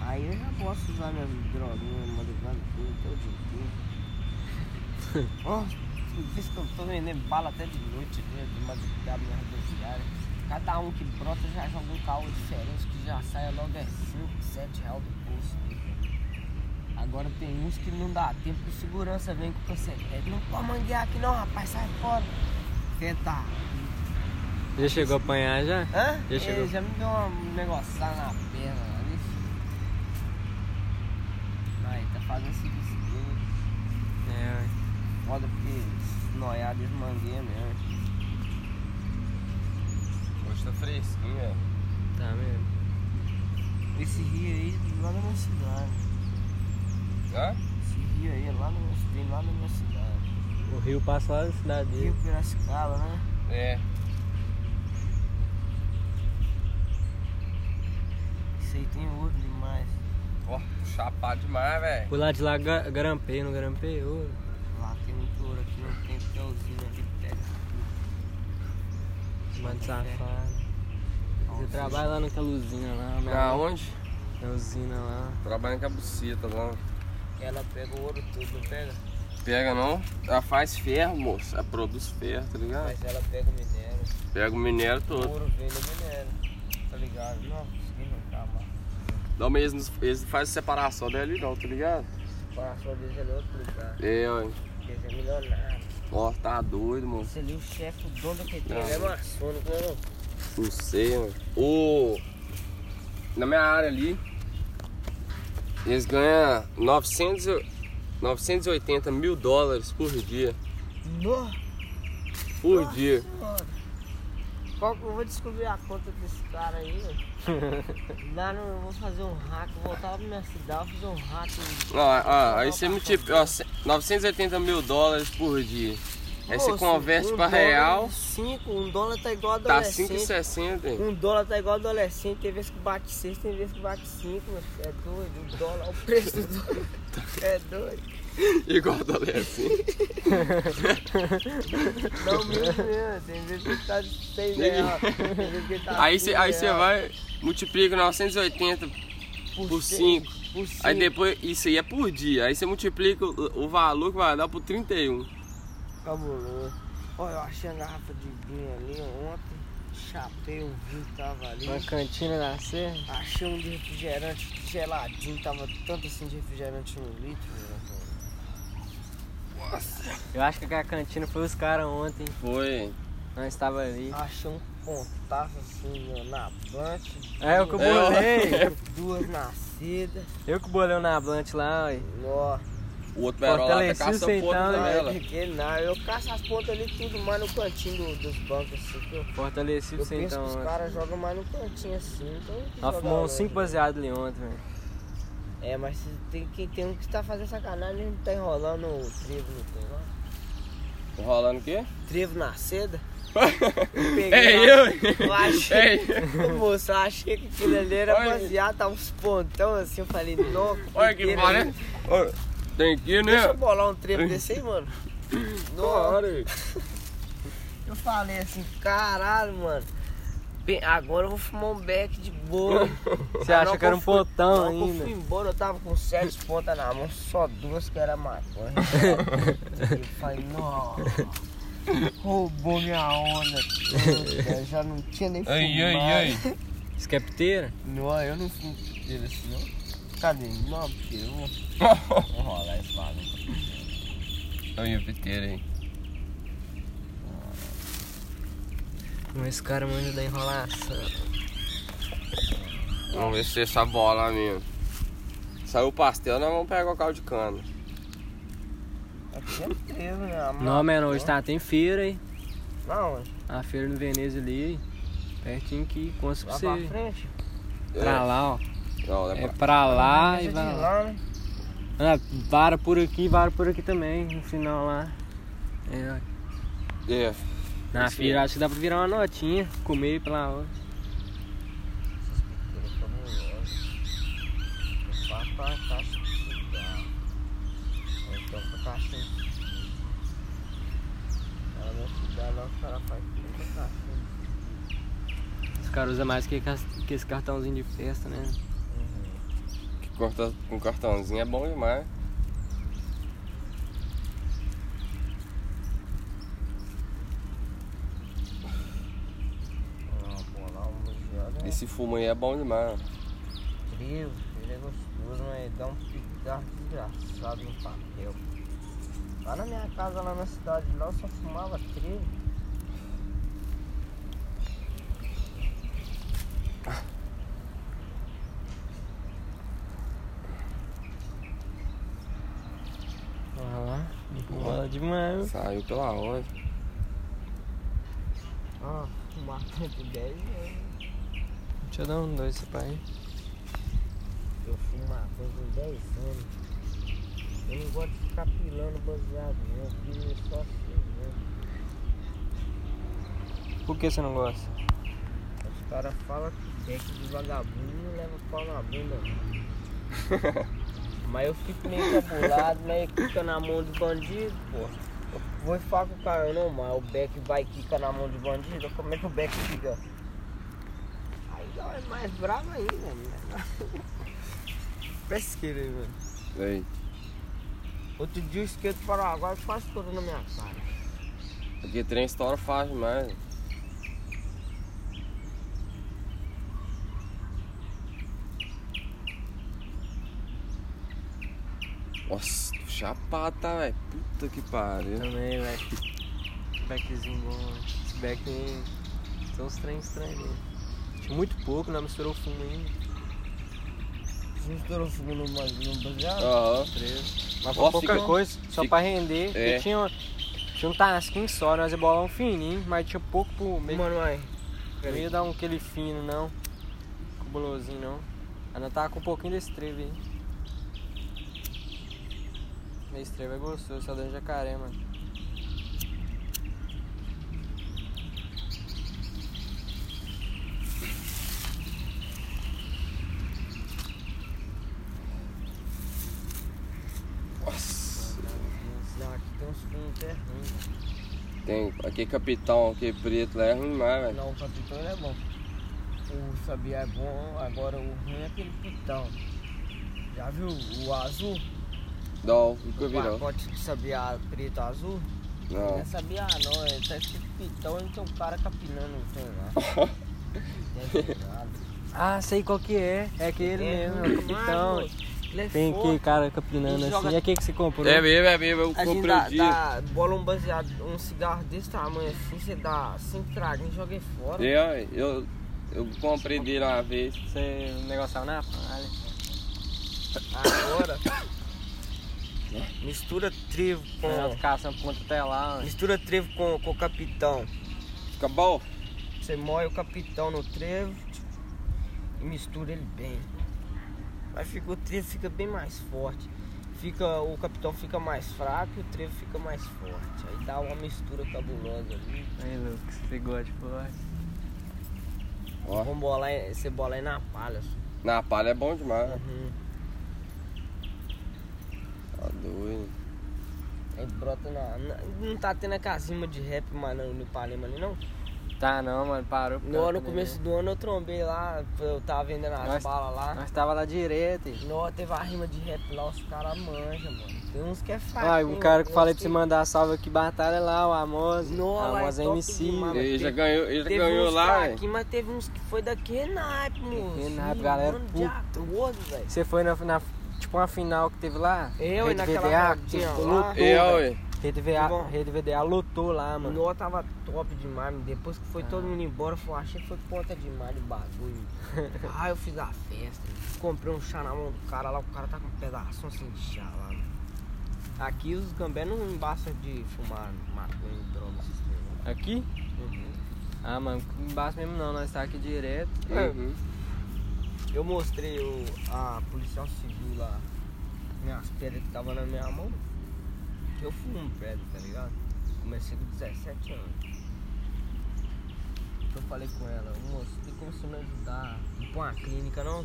D: Aí eu já posso usar minhas droguinhas, madrugada, tudo, até o dia inteiro. Ó, por isso que eu tô vendendo bala até de noite, né? De madrugada, minha rodoviária. Cada um que brota já joga um carro diferente, que já sai logo é 5, 7 reais do bolso. dele. Agora tem uns que não dá tempo, que o segurança vem com o cancelete. Não pode manguear aqui não, rapaz, sai fora. Tentar.
B: Já chegou a apanhar já?
D: Hã?
B: Já chegou.
D: Ele já me deu um negócio na perna, né, lá, vixe. Aí, tá fazendo serviço dele.
B: É,
D: Foda porque noiado eles mangueiam mesmo.
A: Hoje tá fresquinho, velho.
B: tá mesmo.
D: Esse rio aí lá na minha cidade.
A: Hã?
D: Esse rio aí lá na minha, tem lá na minha cidade.
B: O rio passa lá na cidade
D: Rio
B: dele.
D: Piracicaba, né?
A: É.
D: Isso aí tem ouro demais.
A: Ó, chapado demais, velho.
B: Por lá de lá ga- grampei, não grampei? Ô,
D: Lá tem muito ouro aqui, não tem porque a usina ali pega.
B: mano safado. Você
D: É. Nossa,
B: trabalha lá naquela usina lá, né?
A: Na onde?
B: Na usina lá.
A: Trabalhando com a buceta lá.
D: Ela pega o ouro todo, não pega?
A: Pega não. Ela faz ferro, moço. Ela produz ferro, tá ligado?
D: Mas ela pega o minério.
A: Pega o minério
D: O
A: todo.
D: ouro vem do minério. Tá ligado? Não, consegui arrancar mais.
A: Não, mas eles, eles fazem separação dela ali não, tá ligado?
D: O coração deles é em outro lugar.
A: É, ó.
D: Porque eles é milionário.
A: Ó, tá doido, moço.
D: Você ali, é o chefe, o dono da PT,
A: Não.
D: ele é maçônico, né, não?
A: Não sei, mano. Ô. Na minha área ali, eles ganham 900, e- 980 mil dólares por dia.
D: Nossa!
A: Por dia.
D: Senhora. Qual que eu vou descobrir a conta desse cara aí? Lá no, eu vou fazer um hack, eu voltava pra minha cidade, vou fazer um hack.
A: Ó, ó, aí você multiplica. ó, 980 mil dólares por dia. Aí você
D: Moço,
A: converte
D: um
A: pra
D: dólar,
A: real,
D: Cinco, um dólar tá igual
A: tá
D: adolescente.
A: 5,60. hein?
D: Um dólar tá igual adolescente, tem vezes que bate seis, tem vezes que bate cinco, meu filho. É doido, o dólar, o preço do dólar. É doido.
A: Igual adolescente.
D: Não mesmo, mesmo, tem vezes que tá seis
A: Ninguém-
D: reais, tem vezes que tá
A: Aí você aí
D: cinco
A: você
D: reais.
A: vai, multiplica 980 por
D: seis,
A: 5.
D: Por cinco.
A: Aí depois, isso aí é por dia. Aí você multiplica o, o valor que vai dar por 31.
D: Cabuloso. Olha, eu achei a garrafa de vinho ali ontem. Chapei, o vinho tava ali.
B: Uma cantina da serra.
D: Achei um de refrigerante geladinho, tava tanto assim de refrigerante no litro, velho.
B: Eu acho que a cantina foi os caras ontem.
A: Foi.
B: Nós estava ali.
D: Achei um pontaço assim, ó, na planta,
B: É, eu que
A: É, ó.
B: bolei.
D: duas nascidas,
B: Eu que bolei o Nablante lá, ué.
D: ó.
A: O outro berola lá tá
B: Fortaleceu
A: caçando
B: você
A: o outro
B: então, né?
A: dela.
D: Não, que nada. Eu caço as pontas ali tudo mais no cantinho do- dos bancos, assim. que eu
B: Fortaleci
D: eu
B: você
D: penso
B: então
D: que
A: é.
D: os
B: ontem.
D: caras jogam mais no cantinho assim, então. tem
B: Nós
D: que jogar
B: fumamos
D: longe.
B: uns 5 baseados ali ontem, velho.
D: É, mas se tem, quem tem um que tá fazendo sacanagem, ele tá enrolando o trevo, não tem lá.
A: Rolando o quê?
D: Trevo na seda?
A: É
D: lá-
A: eu?
D: Eu
A: É
D: achei,
A: eu?
D: Ô, moço, eu achei que aquilo ali era
A: Olha.
D: baseado, tá uns pontão assim, eu falei, não.
A: Olha que né?
D: doideira,
A: pariu.
D: hein?
A: Ó, Tem que ir,
D: Deixa eu
B: É.
A: né?
D: bolar um trevo desse aí, mano. Nossa,
A: Claro.
D: eu falei assim, caralho, mano. Bem, agora eu vou fumar um beck de boa.
B: Você
D: Ah,
B: acha
D: não,
B: que era um
D: eu fui-
B: potão
D: não, Eu
B: ainda?
D: fui embora, eu tava com sete pontas na mão, só duas que era maconha. eu falei, nossa, roubou minha onda. toda, Eu já não tinha nem fumado.
A: Ai, ai, ai.
B: Isso que é piteira?
D: Não, eu não fumo dele assim, não. Cadê? Não, porque eu vou vou rolar esse bagulho.
A: Olha o piteiro aí.
B: Mas Esse cara manja da enrolação.
A: Vamos ver se essa bola mesmo. Saiu o pastel, nós vamos pegar o caldo de cana.
D: Aqui é trevo, né? A
B: Não, mano, hoje tá, tem feira, hein?
D: Não, mano.
B: A feira no Veneza ali, pertinho que consta pra
D: Lá
B: você.
D: pra frente.
B: Pra lá, ó.
A: Não, não
B: É
A: é pra-
B: pra lá e
D: Deixa
B: vai
D: de
B: lá.
D: lá, né?
B: Ah, vara por aqui, vara por aqui também, no final lá. É, ó.
A: É.
B: na
A: Isso
B: feira
A: aí.
B: acho que é. dá pra virar uma notinha, comer pela hora.
D: Vá pra caixa de cigarro. Ou então pra caixinha de Ela não cigarro, não, o cara faz tudo com caixinha.
B: Os caras usam mais que, cas- que esse cartãozinho de festa, né?
A: Que corta com cartãozinho é bom demais.
D: Não, pô, lá um bugiado é
A: Esse fumo aí é bom demais.
D: incrível, ele é gostoso, mas dá um pigarro desgraçado no papel. Lá na minha casa, lá na cidade, lá eu só fumava trigo.
B: Olha lá, bola demais.
A: Saiu pela hora.
D: Ah, fumar tanto né? 10 anos.
B: Deixa eu dar um dois pra aí.
D: Eu fumo maconha com 10 anos. Eu não gosto de ficar pilando baseado, não. Eu pilo só assim, né?
B: Por que você não gosta?
D: Os caras falam que beck de vagabundo não leva pau na bunda, não. Mas eu fico meio cabulado, né? Quica na mão do bandido, pô. Eu vou e falo com o cara, não, mas o Beck vai e quica na mão de bandido. Como é que o Beck fica? Aí já é mais bravo ainda, né? Pesqueira, mano.
A: Aí.
D: Outro dia o esquerdo parou agora e quase estourou na minha cara.
A: Porque trem estoura faz demais. Nossa, tô chapado, tá, velho? Puta que pariu.
B: Também, velho. Backzinho bom, velho. Esse back tem. Tem uns trem estranhos ali. Tinha muito pouco, não misturou fumo ainda.
D: Você estourou fogo no, no baseado?
A: Aham.
B: Preso. Mas foi
A: Ó,
B: pouca
A: Ah, fica-
B: coisa, só
A: fica-
B: pra render. porque
A: É.
B: Tinha, uma- tinha um tasquinho só, nós ia bolar um fininho, mas tinha pouco pro meio.
D: Mano, mas
B: Eu não ia dar um aquele fino, não. Cubulosinho, não. Aí nós tava com um pouquinho desse trevo aí. Esse trevo é gostoso, só dando jacaré, mano.
D: preto é ruim.
A: Tem aqui capitão, aqui preto lá é ruim demais, velho.
D: Não, o capitão ele é bom. O sabiá é bom, agora o ruim é aquele pitão. Já viu o azul?
A: Não, nunca
D: O
A: vi não.
D: pacote de sabiá preto azul? Não é
A: Não.
D: sabiá não, é tá escrito pitão e tem um cara capinando o trem lá. Não tem nada.
B: Ah, sei qual que é. É aquele
D: É,
B: mesmo, é o capitão.
D: Ele é
B: Tem
D: forte.
B: que cara capinando
D: Ele joga-
B: assim. E aqui que você comprou?
A: É mesmo, é mesmo, eu
D: um- A gente
A: comprei um
D: dá,
A: dia.
D: dá bola um baseado, um cigarro desse tamanho assim, você dá cinco traguinhos e joga ele fora.
A: É, ué, eu, eu comprei dele uma vez.
B: Você negociava na né? palha.
D: Agora, mistura trevo
B: Fernando
D: com.
B: caçando ponta até lá.
D: Mistura trevo com, com o capitão.
A: Fica bom?
D: Você molha o capitão no trevo e mistura ele bem. Aí fica, o trevo fica bem mais forte. Fica, o capitão fica mais fraco e o trevo fica mais forte. Aí dá uma mistura cabulosa ali.
B: Ei, Lucas, você gosta de forte.
A: Ó.
D: Vamos bolar, aí- você bola aí na palha. assim. só.
A: Na palha é bom demais.
D: Uhum.
A: Tá doido.
D: Aí brota na, na- Não tá tendo a casinha de rap mas não, no Palema ali, não?
B: Tá não, mano, parou. por
D: No,
B: causa
D: ano- no
B: da
D: começo do ano eu trombei lá, eu tava vendendo as
B: Nós-
D: balas
B: pandemia.
D: lá.
B: Nós tava lá direto. e-
D: Nossa, teve a rima de rap lá, os caras manjam, mano. Tem uns que é fraco.
B: Ai, o cara que eu falei pra você mandar salve aqui, batalha lá, o Amos.
D: Nó, lá é
B: Amos
D: top
B: MC.
D: demais,
B: velho.
A: Ele já
D: teve-
A: ganhou, ele já
D: Teve
A: ganhou
D: uns
A: lá,
D: fraquinho, mas teve uns que foi daquele naipe, moço.
B: Daquele é naipe, galera,
D: Mano, de
B: puto.
D: acordo, velho.
B: Você foi na, na- tipo uma final que teve lá?
D: Eu, e
B: Rede
D: naquela
B: VDA,
D: rodinha
B: tipo,
D: lá.
B: lotou,
A: É,
B: velho.
A: ué.
B: Rede
D: Que
B: VDA,
D: bom.
B: Rede VDA lotou lá,
D: Mano.
B: mano.
D: Nó tava top demais, mano. depois que foi todo mundo embora, eu achei que foi ponta demais de bagulho. ah, eu fiz a festa, comprei um chá na mão do cara lá, o cara tá com um pedaço assim de chá lá, mano. Aqui os gambé não embaçam de fumar maconha, droga, esses negócios.
B: Aqui? Ah, mano, embaixo mesmo não, nós tá aqui direto.
D: É.
A: Uhum.
D: Eu mostrei o, a policial civil lá, minhas pedras que tava na minha mão, que eu fumo um prédio, tá ligado? Comecei com 17 anos. Então Eu falei com ela, moço, tem como você me ajudar? Não pra uma clínica não?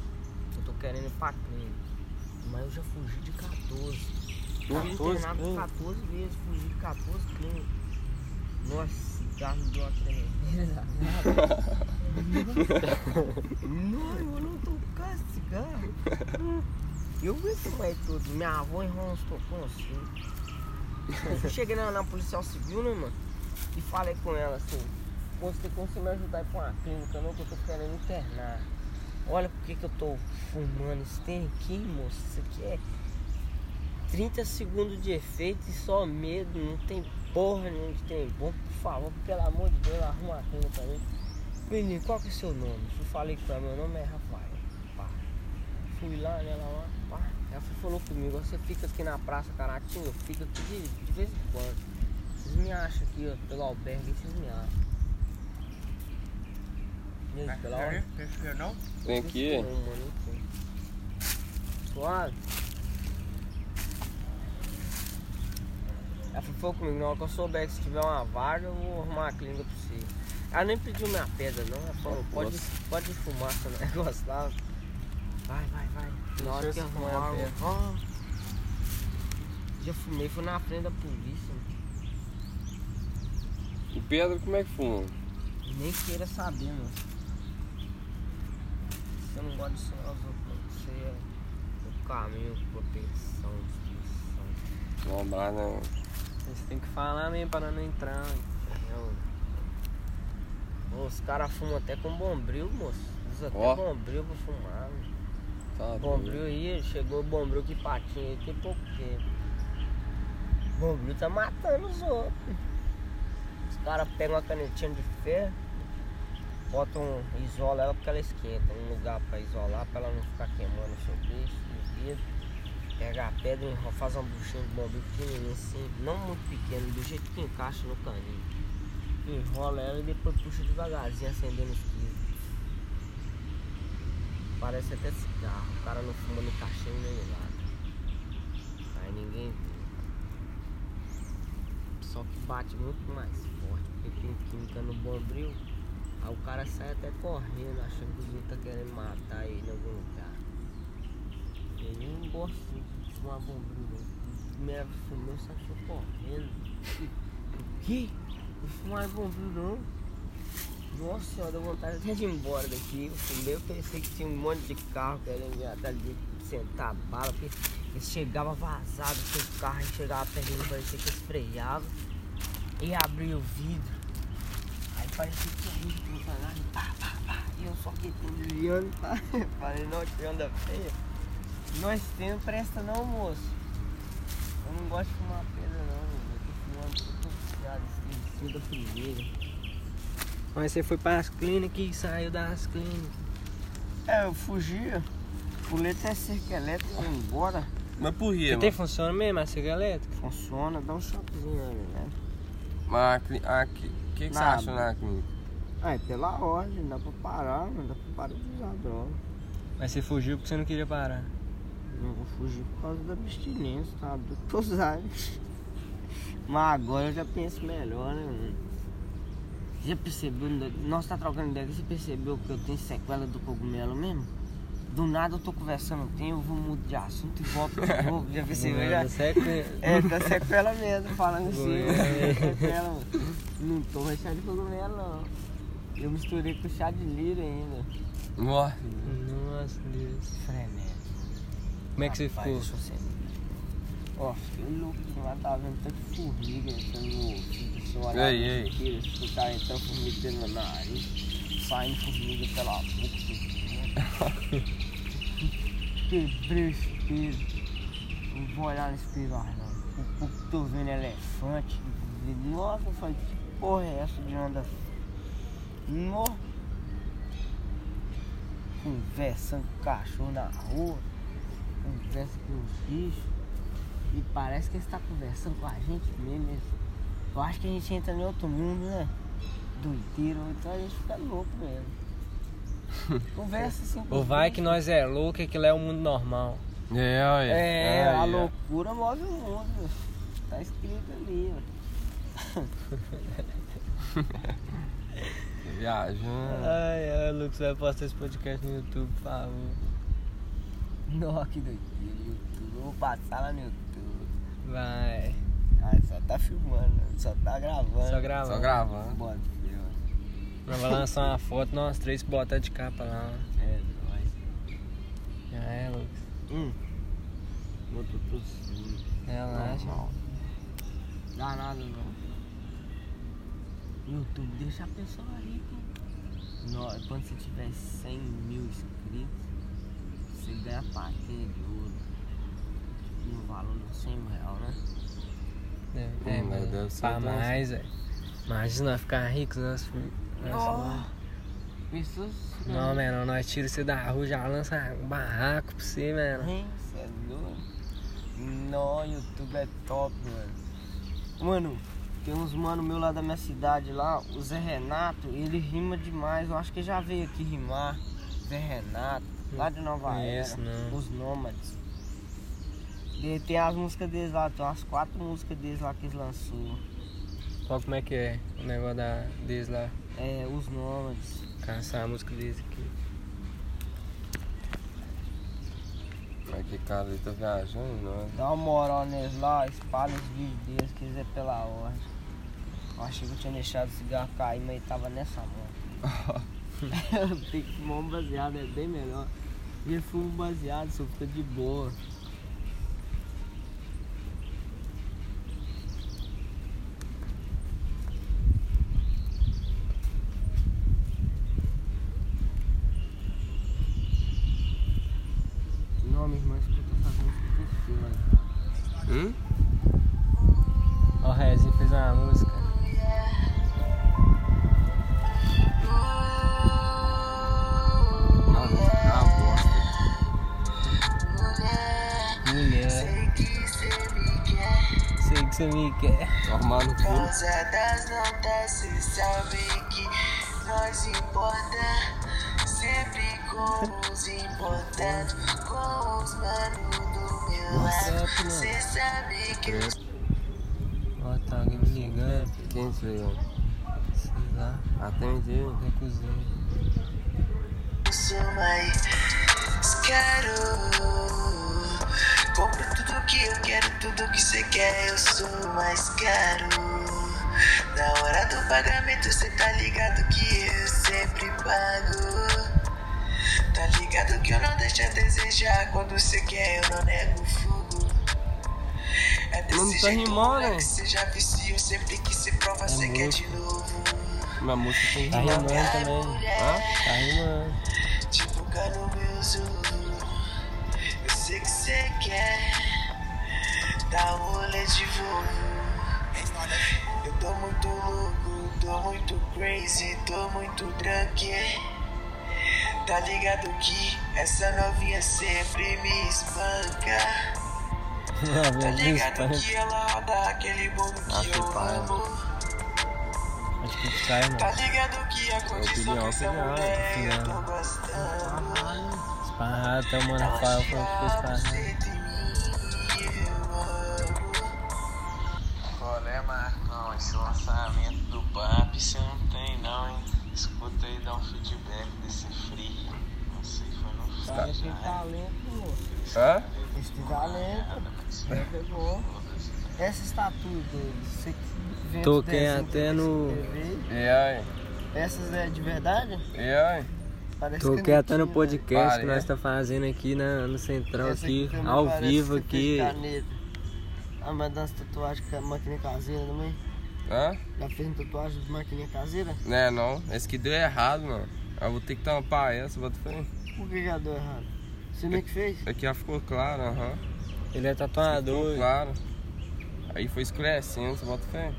D: Eu tô querendo ir pra clínica. Mas eu já fugi de 14. Fui
B: 14
D: internado
B: clínicas?
D: 14 vezes, fugi de 14 clínicas. Nossa, esse carro me deu uma tremedeira danada. Não, eu não tocar esse cigarro. Eu vi isso aí tudo. Minha avó enrolou uns tocões assim. Eu cheguei na, na policial civil, né, mano? E falei com ela assim, "Pô, você tem como você me ajudar a ir pra uma clínica não, que eu tô querendo internar. Olha porque que eu tô fumando esse tem aqui, moço. Isso aqui é 30 segundos de efeito e só medo, não tem porra nenhuma de tem bom. Por favor, pelo amor de Deus, arruma a clínica pra mim. Menino, qual que é o seu nome? Eu falei com ela, meu nome é Rafael. Pá. Fui lá, né, ela lá, pá. Ela foi- falou comigo, você fica aqui na Praça Caratinga, eu fico aqui de, de vez em quando. Vocês me acham aqui, ó, pelo albergue, vocês me acham. Mesmo, pela hora.
F: Eu não?
A: Vem aqui.
D: Não, mano, não tem. Suave. Ela falou comigo, na hora que eu souber que se tiver uma vaga, eu vou arrumar a clínica pra você. Ela nem pediu minha pedra, não. Ela falou,
A: Ah,
D: pode,
A: nossa.
D: pode fumar seu negócio lá. Vai, vai, vai. Na hora que
B: Deixa
D: eu
B: eu fumar
D: arrumar,
B: a
D: eu
B: pedra.
D: vou- Já fumei, foi na frente da polícia. mano.
A: O Pedro, como é que fuma?
D: Nem queira saber, mano. Você não gosta de ser os outros, mano. Você é o caminho, proteção, destruição.
A: Lombrado, né?
B: Vocês têm que falar mesmo pra nós não entrar. mano.
D: Eu- Os caras fumam até com bombril, moço. Usa até
A: Ó.
D: bombril pra fumar. mano.
A: Tá doido.
D: Bombril aí, chegou o bombril que patinha aí tem pouco tempo. Bombril tá matando os outros. Os caras pegam uma canetinha de ferro, botam, isola ela porque ela esquenta. Um lugar pra isolar, pra ela não ficar queimando o seu peixe, o dedo. Pega a pedra, enro- faz uma buchinha de bombril pequenininha assim, não muito pequeno, do jeito que encaixa no caninho enrola ela e depois puxa devagarzinho acendendo os quilos. Parece até cigarro, o cara não fuma no cachimbo nem em nada. Aí ninguém vê. Só que bate muito mais forte, porque tem química no bombril. Aí o cara sai até correndo, achando que o vizinho tá querendo um matar ele em algum lugar. Eu não gosto de fumar bombril, não. primeira vez fumou, só que eu correndo. O quê? Não fumar é bom, viu, não? Nossa senhora, deu vontade até de ir embora daqui. Eu fumei, eu pensei que tinha um monte de carro querendo me atrás de sentar a bala, porque eles chegavam vazados com o carro, e chegava perdendo, parecia que eles freavam. E abria o vidro. Aí parecia que tinha vidro pro caralho. Pá, pá, pá. E eu só que olhando, pá. Falei, não, que onda feia. Nós temos, presta não, moço. Eu não gosto de fumar pedra, não. Eu tô fumando, eu tô fumando, eu tô primeira.
B: Mas você foi para as clínicas e saiu das clínicas.
D: É, eu fugia. Pulei até cerca elétrica, fui embora.
A: Mas por quê,
B: Você tem
A: mano?
B: funciona mesmo a cigarra elétrica?
D: Funciona, dá um choquezinho aí, né?
A: Mas a cli- a cli- o que, que você
D: Nada.
A: achou na clínica?
D: Ah, é pela ordem, não dá pra parar, não dá pra parar de usar droga.
B: Mas você fugiu porque você não queria parar.
D: Não vou fugir por causa da abstinência, tá? Do que usar. Mas agora eu já penso melhor, né? mano? Já percebeu? Nós tá trocando ideia aqui, você percebeu que eu tenho sequela do cogumelo mesmo? Do nada eu tô conversando um tempo, eu vou mudar de assunto e volto de novo. Já percebeu? Já...
B: Você é que-
D: É, tá sequela mesmo, falando assim.
B: Goiânia.
D: é sequela, mano. Não tô mais chá de cogumelo, não. Eu misturei com chá de lira ainda.
A: Nossa,
B: Nossa, Deus.
D: Frenético.
B: Como é que você ficou?
D: Ó, fiquei louco demais, tava vendo tanta formiga entrando no ouvido, se eu
A: E
D: olhar
A: aí, e
D: na
A: aí?
D: chiqueira, se eu tava entrando formiga dentro do nariz, saindo formiga pela boca. Quebrei o espelho. Não vou olhar no espelho mais não. O pouco que tô vendo é elefante. Nossa, eu falei, que porra é essa de anda? No. Conversando com um cachorro na rua conversa com os bichos e parece que eles estão conversando com a gente mesmo. eles- Eu acho que a gente entra em outro mundo, né? Doideiro, ou então a gente fica louco mesmo. Conversa assim com
B: Ou
D: os
B: vai que
D: bichos.
B: nós é louco e aquilo é o mundo normal.
A: é, olha.
D: É,
A: Olha.
D: a loucura move o mundo. Tá escrito ali, ó.
A: Viajando.
B: Ai, ai, Lucas, vai postar esse podcast no YouTube, por favor.
D: Nossa, que doideira, YouTube. Eu vou passar lá no YouTube.
B: Vai.
D: Ah, só tá filmando, só tá gravando.
B: Só gravar.
A: Só gravando.
D: Bota, filho.
B: Nós vamos lançar uma foto, nós três botar de capa lá.
D: É, nóis.
B: Já é, Lucas.
D: Hum. Outro tossindo.
B: Relaxa.
D: Normal. Dá nada não. YouTube, deixa a pessoa rica. No, quando você tiver 100 mil inscritos, você ganha a plaquinha de ouro. No valor de 100 mil reais, né?
B: Deve- É,
A: Hum,
B: mas
A: deve ser
B: pra
A: doce.
B: mais, velho. Imagina nós ficar ricos, nós. nós
D: Oh. Pessoas.
B: Não, mano, nós tira você da rua, já lança um barraco pra você, mano.
D: Hein? Você é doido? Não, YouTube é top, mano. Mano, tem uns mano meu lá da minha cidade lá, o Zé Renato, ele rima demais. Eu acho que já veio aqui rimar. Zé Renato, lá de Nova
B: Conheço,
D: Era,
B: não.
D: os Nômades. E tem as músicas deles lá, tem umas quatro músicas deles lá que eles lançou.
B: Qual como é que é o negócio da, deles lá?
D: É, os Nômades.
B: Caçar a música deles aqui.
A: Mas que cara ele tá viajando, não é?
D: Dá uma moral neles lá, espalha os vídeos deles, se quiser pela ordem. Eu achei que eu tinha deixado o cigarro cair, mas ele tava nessa mão. Tem que fumar um baseado, é bem melhor. E fumo baseado, só fica de boa. Não, minha irmã, escuta essa música que eu mano.
A: Hum?
B: Ó, o Rezinho fez uma música.
A: Não, vou ficar uma bosta.
B: Mulher. Sei que você me quer.
A: Tomar no cu.
C: causa das notas, cê sabe que nós importa. Sempre com os importantes, com os manos do meu lado.
B: up, mano?
C: Cê sabe que eu
B: Ó, tá alguém me ligando.
A: Quem sei, ó.
B: Sei lá,
A: Atende.
B: recusei.
C: sou mais caro. Compro tudo que que eu quero tudo que você quer, eu sou o mais caro. Na hora do pagamento, cê tá ligado que eu sempre pago. Tá ligado que eu não deixo a desejar quando cê quer, eu não nego fogo. É desse
B: Mano, tá
C: jeito,
B: rimando.
C: moleque, cê já viciou, sempre que se prova, cê quer de novo.
A: Minha música tem
B: Tá rimando
C: É
B: também. Tá rimando.
C: Te focar no Tipo, meu zoom. Eu sei que você quer dar um rolê de voo. Eu tô muito louco, tô muito crazy, tô muito drunk. é. Tá ligado que essa novinha sempre me espanca. Tá ligado que ela roda aquele bolo que eu amo.
B: Acho que sai, mano.
C: Tá ligado que a condição que essa
A: opinião,
C: mulher eu
B: opinião.
C: tô gostando.
B: Esparrado, até o mano Rafael falou que ficou esparrado.
G: Qual é, Marcão? Esse lançamento do PAP você não tem, não, hein? Escuta aí, dá um feedback desse free. Não sei, foi no
B: Tá.
D: Cara,
G: free.
D: tem
G: né?
D: talento,
A: Hã?
D: esse talento, você pegou. Essa estatua dele, você que vende
B: Toquei
D: desenho
B: até
D: que
B: no-
D: você teve,
A: E aí?
D: Essas é de verdade?
A: E aí?
D: Parece que é
B: Toquei até tá no
D: mentira.
B: podcast que
A: Pare,
B: nós
A: né?
B: tá fazendo aqui na, no Central,
D: Essa aqui
B: aqui,
D: também
B: ao
D: parece
B: vivo
D: que você fez
B: aqui.
D: caneta. Ah, mas das tatuagens com a maquininha caseira também?
A: Hã?
D: Já fez um tatuagem de maquininha caseira?
A: Né, não. Esse que deu errado, mano. Eu vou ter que tampar essa, bota fé.
D: Por que já deu errado? Você nem que fez?
A: Aqui já É ficou claro, aham.
B: Ele é
A: Ficou
B: tatuador.
A: claro. Aí foi escurecendo, você bota fé.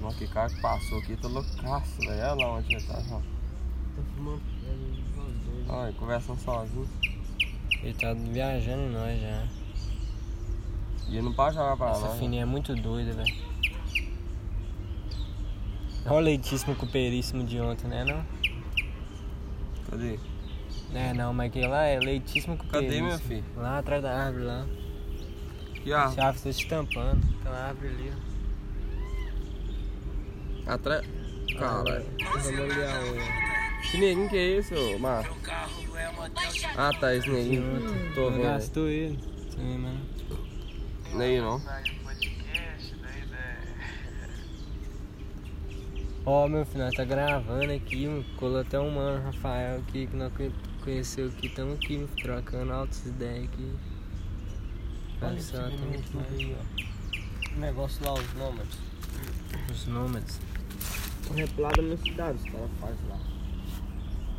A: Nossa, que cara que passou aqui, tô loucaço, velho. Olha lá onde ele tá, ó.
D: Tô
B: né?
D: fumando.
B: é
A: Olha, conversando sozinho.
B: Ele tá viajando em nós já.
A: E ele não pode jogar pra né?
B: Essa
A: nós.
B: fininha é muito doida, velho. Olha o leitíssimo com o períssimo de ontem, né não?
A: Cadê?
B: É não, mas que lá é leitíssimo com o
A: Cadê,
B: períssimo.
A: meu filho?
B: Lá atrás da árvore lá.
A: Aqui,
B: A
A: ó.
B: chave tá te tampando. Aquela árvore ali, ó.
A: Atrás. Caralho. Que neguinho que é esse, ô Marcos? Ah tá, esse neguinho. Tô
B: Não
A: vendo.
B: gastou ele. Sim, mano.
A: Neguinho não.
G: Sabe o podcast, daí né? daí.
B: Ó, meu filho, nós tá gravando aqui, mano. Colou até um mano, Rafael, aqui, que nós conhe- conheceu aqui. Tamo aqui, mano, trocando altas ideias aqui. tá Olha só, tamo aqui,
A: né?
B: mano.
D: Negócio lá, os nômades.
B: Os nômades.
D: O rap lá da minha cidade, os caras fazem lá.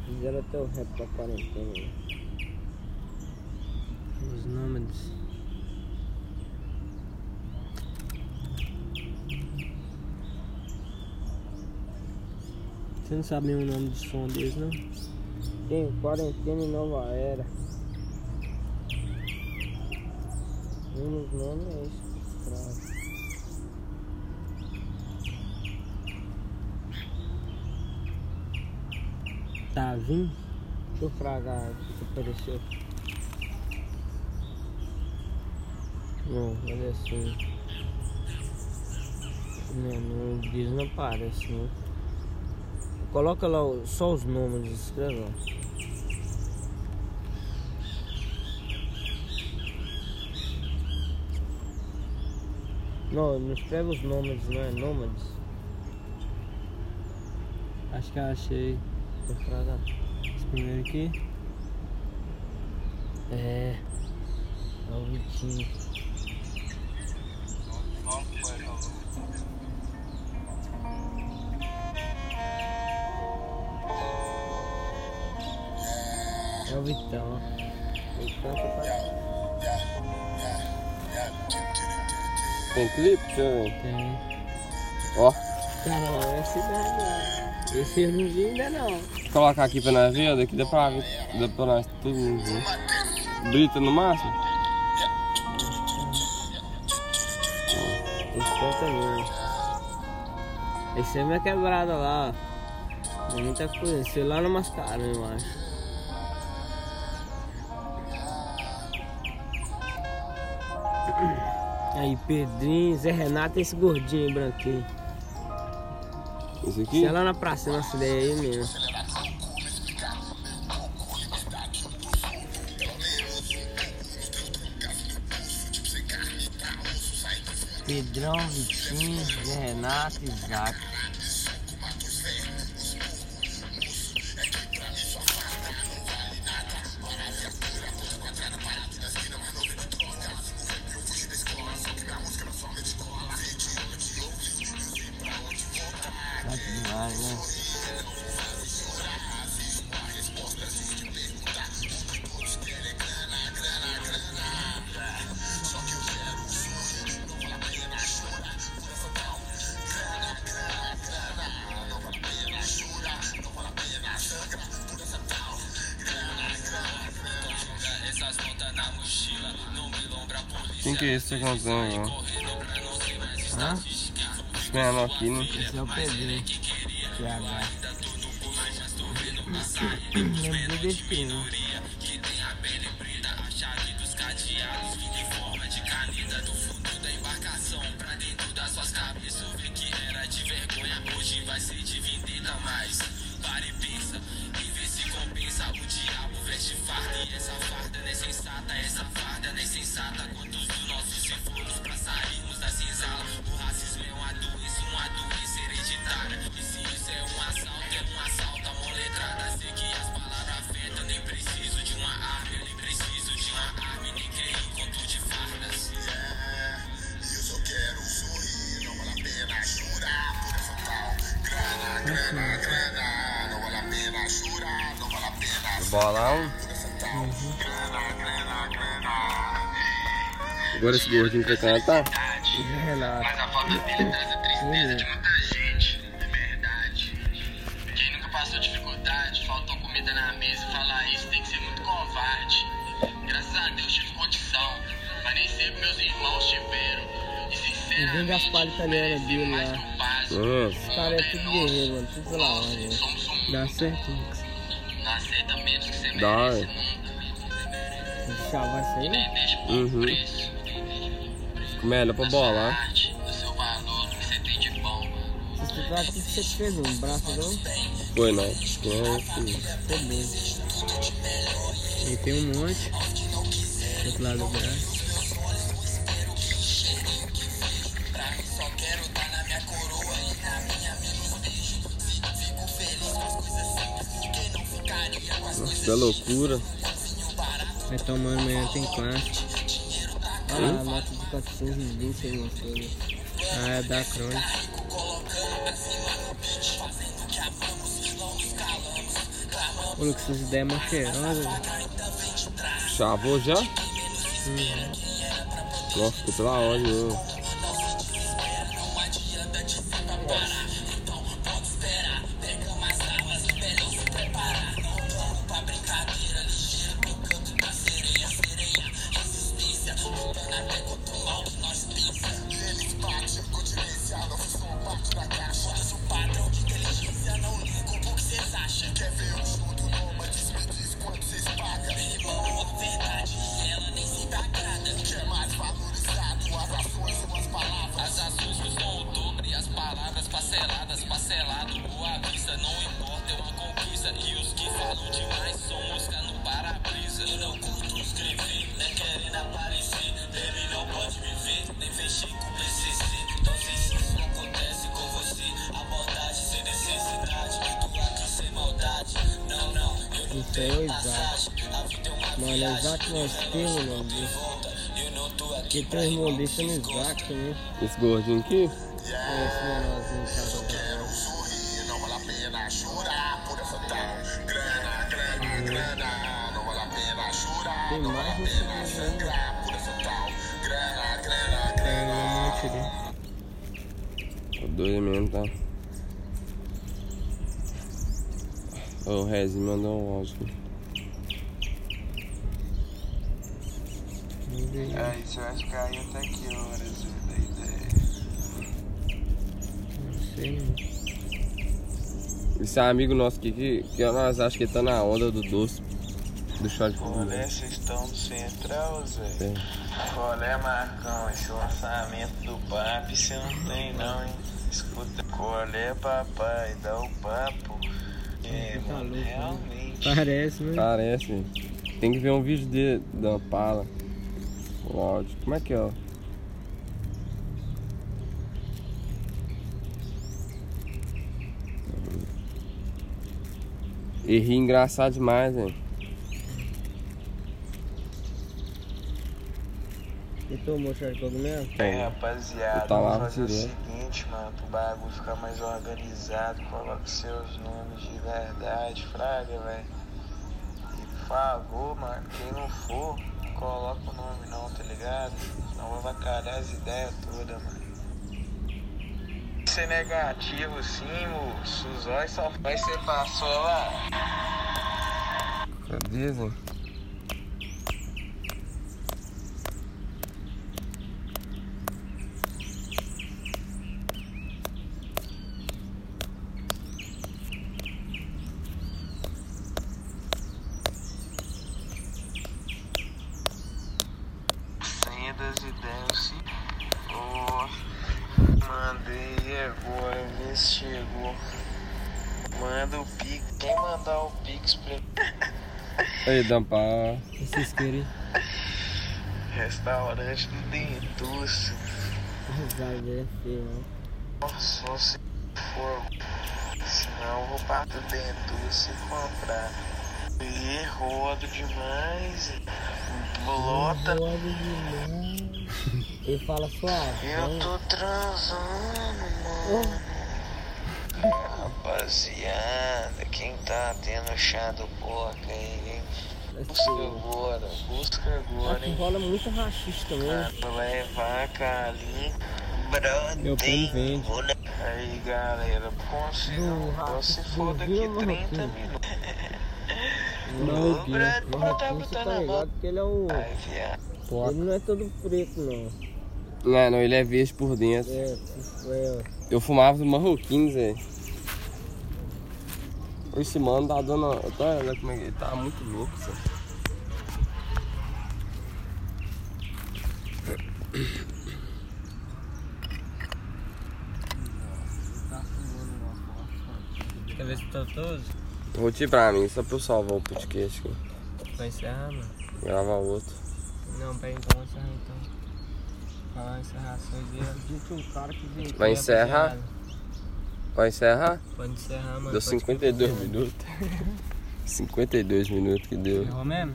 D: Fizeram até o rap da quarentena. né?
B: Os nômades. Você não sabe mesmo o nome do som deles, não?
D: Tem quarentena e nova era. Um dos nomes é esse. Pra...
B: Tavim?
D: Tá Deixa eu fragar aqui que apareceu. Não, olha assim. Não, não diz, não aparece, não. Coloca lá o- só os nomes, escreve lá. Não, não escreve os nomes, não é nômades.
B: Acho que eu achei.
D: Vou fragar.
B: Esse primeiro aqui.
D: É. É o Vitinho.
G: Qual foi, Raul?
D: É o Vitão. Vitão que parece.
A: Tem clipe? Deixa eu ver.
D: Tem.
A: Ó,
D: Cara, esse dá, não. Esse eu não vi ainda não.
A: vou colocar aqui pra nós ver, ó, daqui dá pra ver. Dá pra nós todo mundo ver. Brita no máximo?
D: Esse eu também. Esse é minha quebrada lá, ó. Tem muita coisa. Esse lá no mascara, eu acho. Aí, Pedrinho, Zé Renato e esse gordinho aí, branquinho.
A: Esse aqui?
D: Isso é lá na praça, nossa ideia aí mesmo. Pedrão, Vitinho, Zé Renato e Isaac. Tá demais, né?
F: Quem que é esse que tá cantando agora?
D: Hã?
F: Esse menor aqui, né?
D: Esse é o Pedrinho. Que é agora. Lembrei desse Pedro. Uhum.
F: Bolão. Agora esse gordinho vai
A: tá?
F: cantar?
C: Mas a falta dele traz a tristeza de muita gente. É verdade. Quem nunca passou dificuldade, faltou comida na mesa, falar isso tem que ser muito covarde. Graças a Deus tive condição, mas nem sempre meus irmãos tiveram. E
D: Ninguém Gaspar
C: sinceramente,
D: italiano é Bill
C: mais que
D: lá.
C: o básico.
F: Ah,
D: Esse cara é tudo guerreiro, mano. Tudo né? pela hora, mano.
C: Somos um
B: Dá certo.
C: Não aceita menos que você
F: Da
C: merece
F: hora.
C: nunca.
D: Esse avanço aí, né?
C: Nem deixa por
F: Uhum.
C: preço.
F: melhor pra
C: da sua
F: bolar.
C: arte, do seu valor, do que você tem de bom.
D: Esse cara aqui que você fez, mano. Um braço não?
F: Foi né? não. Esquece.
B: E tem um monte. Do outro lado do
D: né?
B: braço.
F: Nossa, que é loucura.
B: Vai tomando amanhã, tem classe.
D: Ah, nota de 420 aí, mano.
B: Ah, é da crônica. Ô, Lucas, essas ideias é mó cheirosa, velho.
F: Chavou já? Nossa, ficou pela hora, meu.
D: Isso aí é o Isaac. Mano, o Isaac não é estilo, mano. Porque tem um irmão dele chama Isaac também.
F: Esse gordinho aqui? tá
D: É né? esse menorzinho que tá jogando. Tem mais você jogando.
B: Tem um monte ali.
F: Tô doido mesmo, tá? Ô, O Rez mandou um áudio.
C: É isso, eu acho que aí até que horas eu dei ideia.
G: né?
B: Não sei, mano.
F: Esse amigo nosso aqui, que, que nós achamos que ele tá na onda do doce. Do chá de
G: né?
F: É.
C: Olé,
F: comida.
C: vocês estão no central, Zé?
F: Tem.
C: Olé, Marcão, esse orçamento do papo você não tem não, hein? Escuta, colé, papai, dá o papo. É,
B: Tá
C: mano,
B: louco, né?
C: realmente.
B: Parece, né?
A: é assim,
F: Parece. Tem que ver um vídeo dele, da Pala. O áudio. Como é que é? ó?
A: E ri engraçado demais, velho.
D: E tomou chá de cogumelo?
A: Tem.
C: É, rapaziada,
A: Eu tava lá,
C: vamos fazer o
A: tirei.
C: seguinte, mano, pro bagulho ficar mais organizado, coloque seus nomes de verdade, fraga, velho. E por favor, mano, quem não for, coloca o nome não, tá ligado? Senão vai avacalhar as ideias todas, mano. Ser negativo sim, moço. Os olhos só faz ser passou lá.
A: Cadê, velho?
C: Senha das ideias. Ó, mandei agora, vê se chegou. Manda o Pix. Quem mandar o Pix pra
A: Aí, Dampa.
B: Vocês querem?
C: restaurante do Dentuço?
D: Vai ver, feio, né?
C: Só se for. Senão eu vou para o Dentuço e comprar. E rodo demais. Lota.
D: Ele fala suave.
C: Eu tô transando, mano. Rapaziada, quem tá tendo chá do porco aí, hein? Busca agora, busca agora, hein?
D: Rola muito né? rachista mesmo.
C: Pra levar a calinha, brother.
B: Meu primo vende.
C: Aí, galera, consigo. Só se for daqui 30 minutos.
B: Não,
C: Ô, brother, não tá
D: Você
C: botando
D: tá
C: a mão.
D: ligado que ele é o.
C: Ai, viado.
D: Ele não é todo preto, não.
A: Não, não, ele é verde por dentro.
D: É, tipo, é.
A: Eu fumava do Marroquins, velho. Esse mano tá dando. Olha lá como é que ele tá muito louco, Zé.
B: Quer ver se tá todos?
A: Vou tirar pra mim, só pra eu salvar o podcast aqui.
B: Vai encerrar, mano?
A: Gravar outro.
B: Não, peraí, então vamos encerrar então. Falar uma encerração de.
D: Existe um cara que vem.
A: Vai encerrar? Vai encerrar?
B: Pode encerrar, mano.
A: Deu
B: Pode
A: 52 minutos. 52 minutos que deu.
B: Errou mesmo?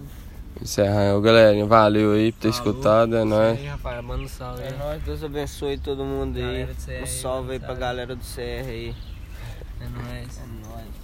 A: Encerrar, galerinha. Valeu aí por ter
B: Falou.
A: escutado, é nóis.
B: Aí, rapaz, manda um salve
D: É
B: aí.
D: nóis, Deus abençoe todo mundo aí.
B: Galera do CR,
D: Um salve aí pra
B: sabe?
D: galera do CR aí.
B: É nóis.
D: É nóis.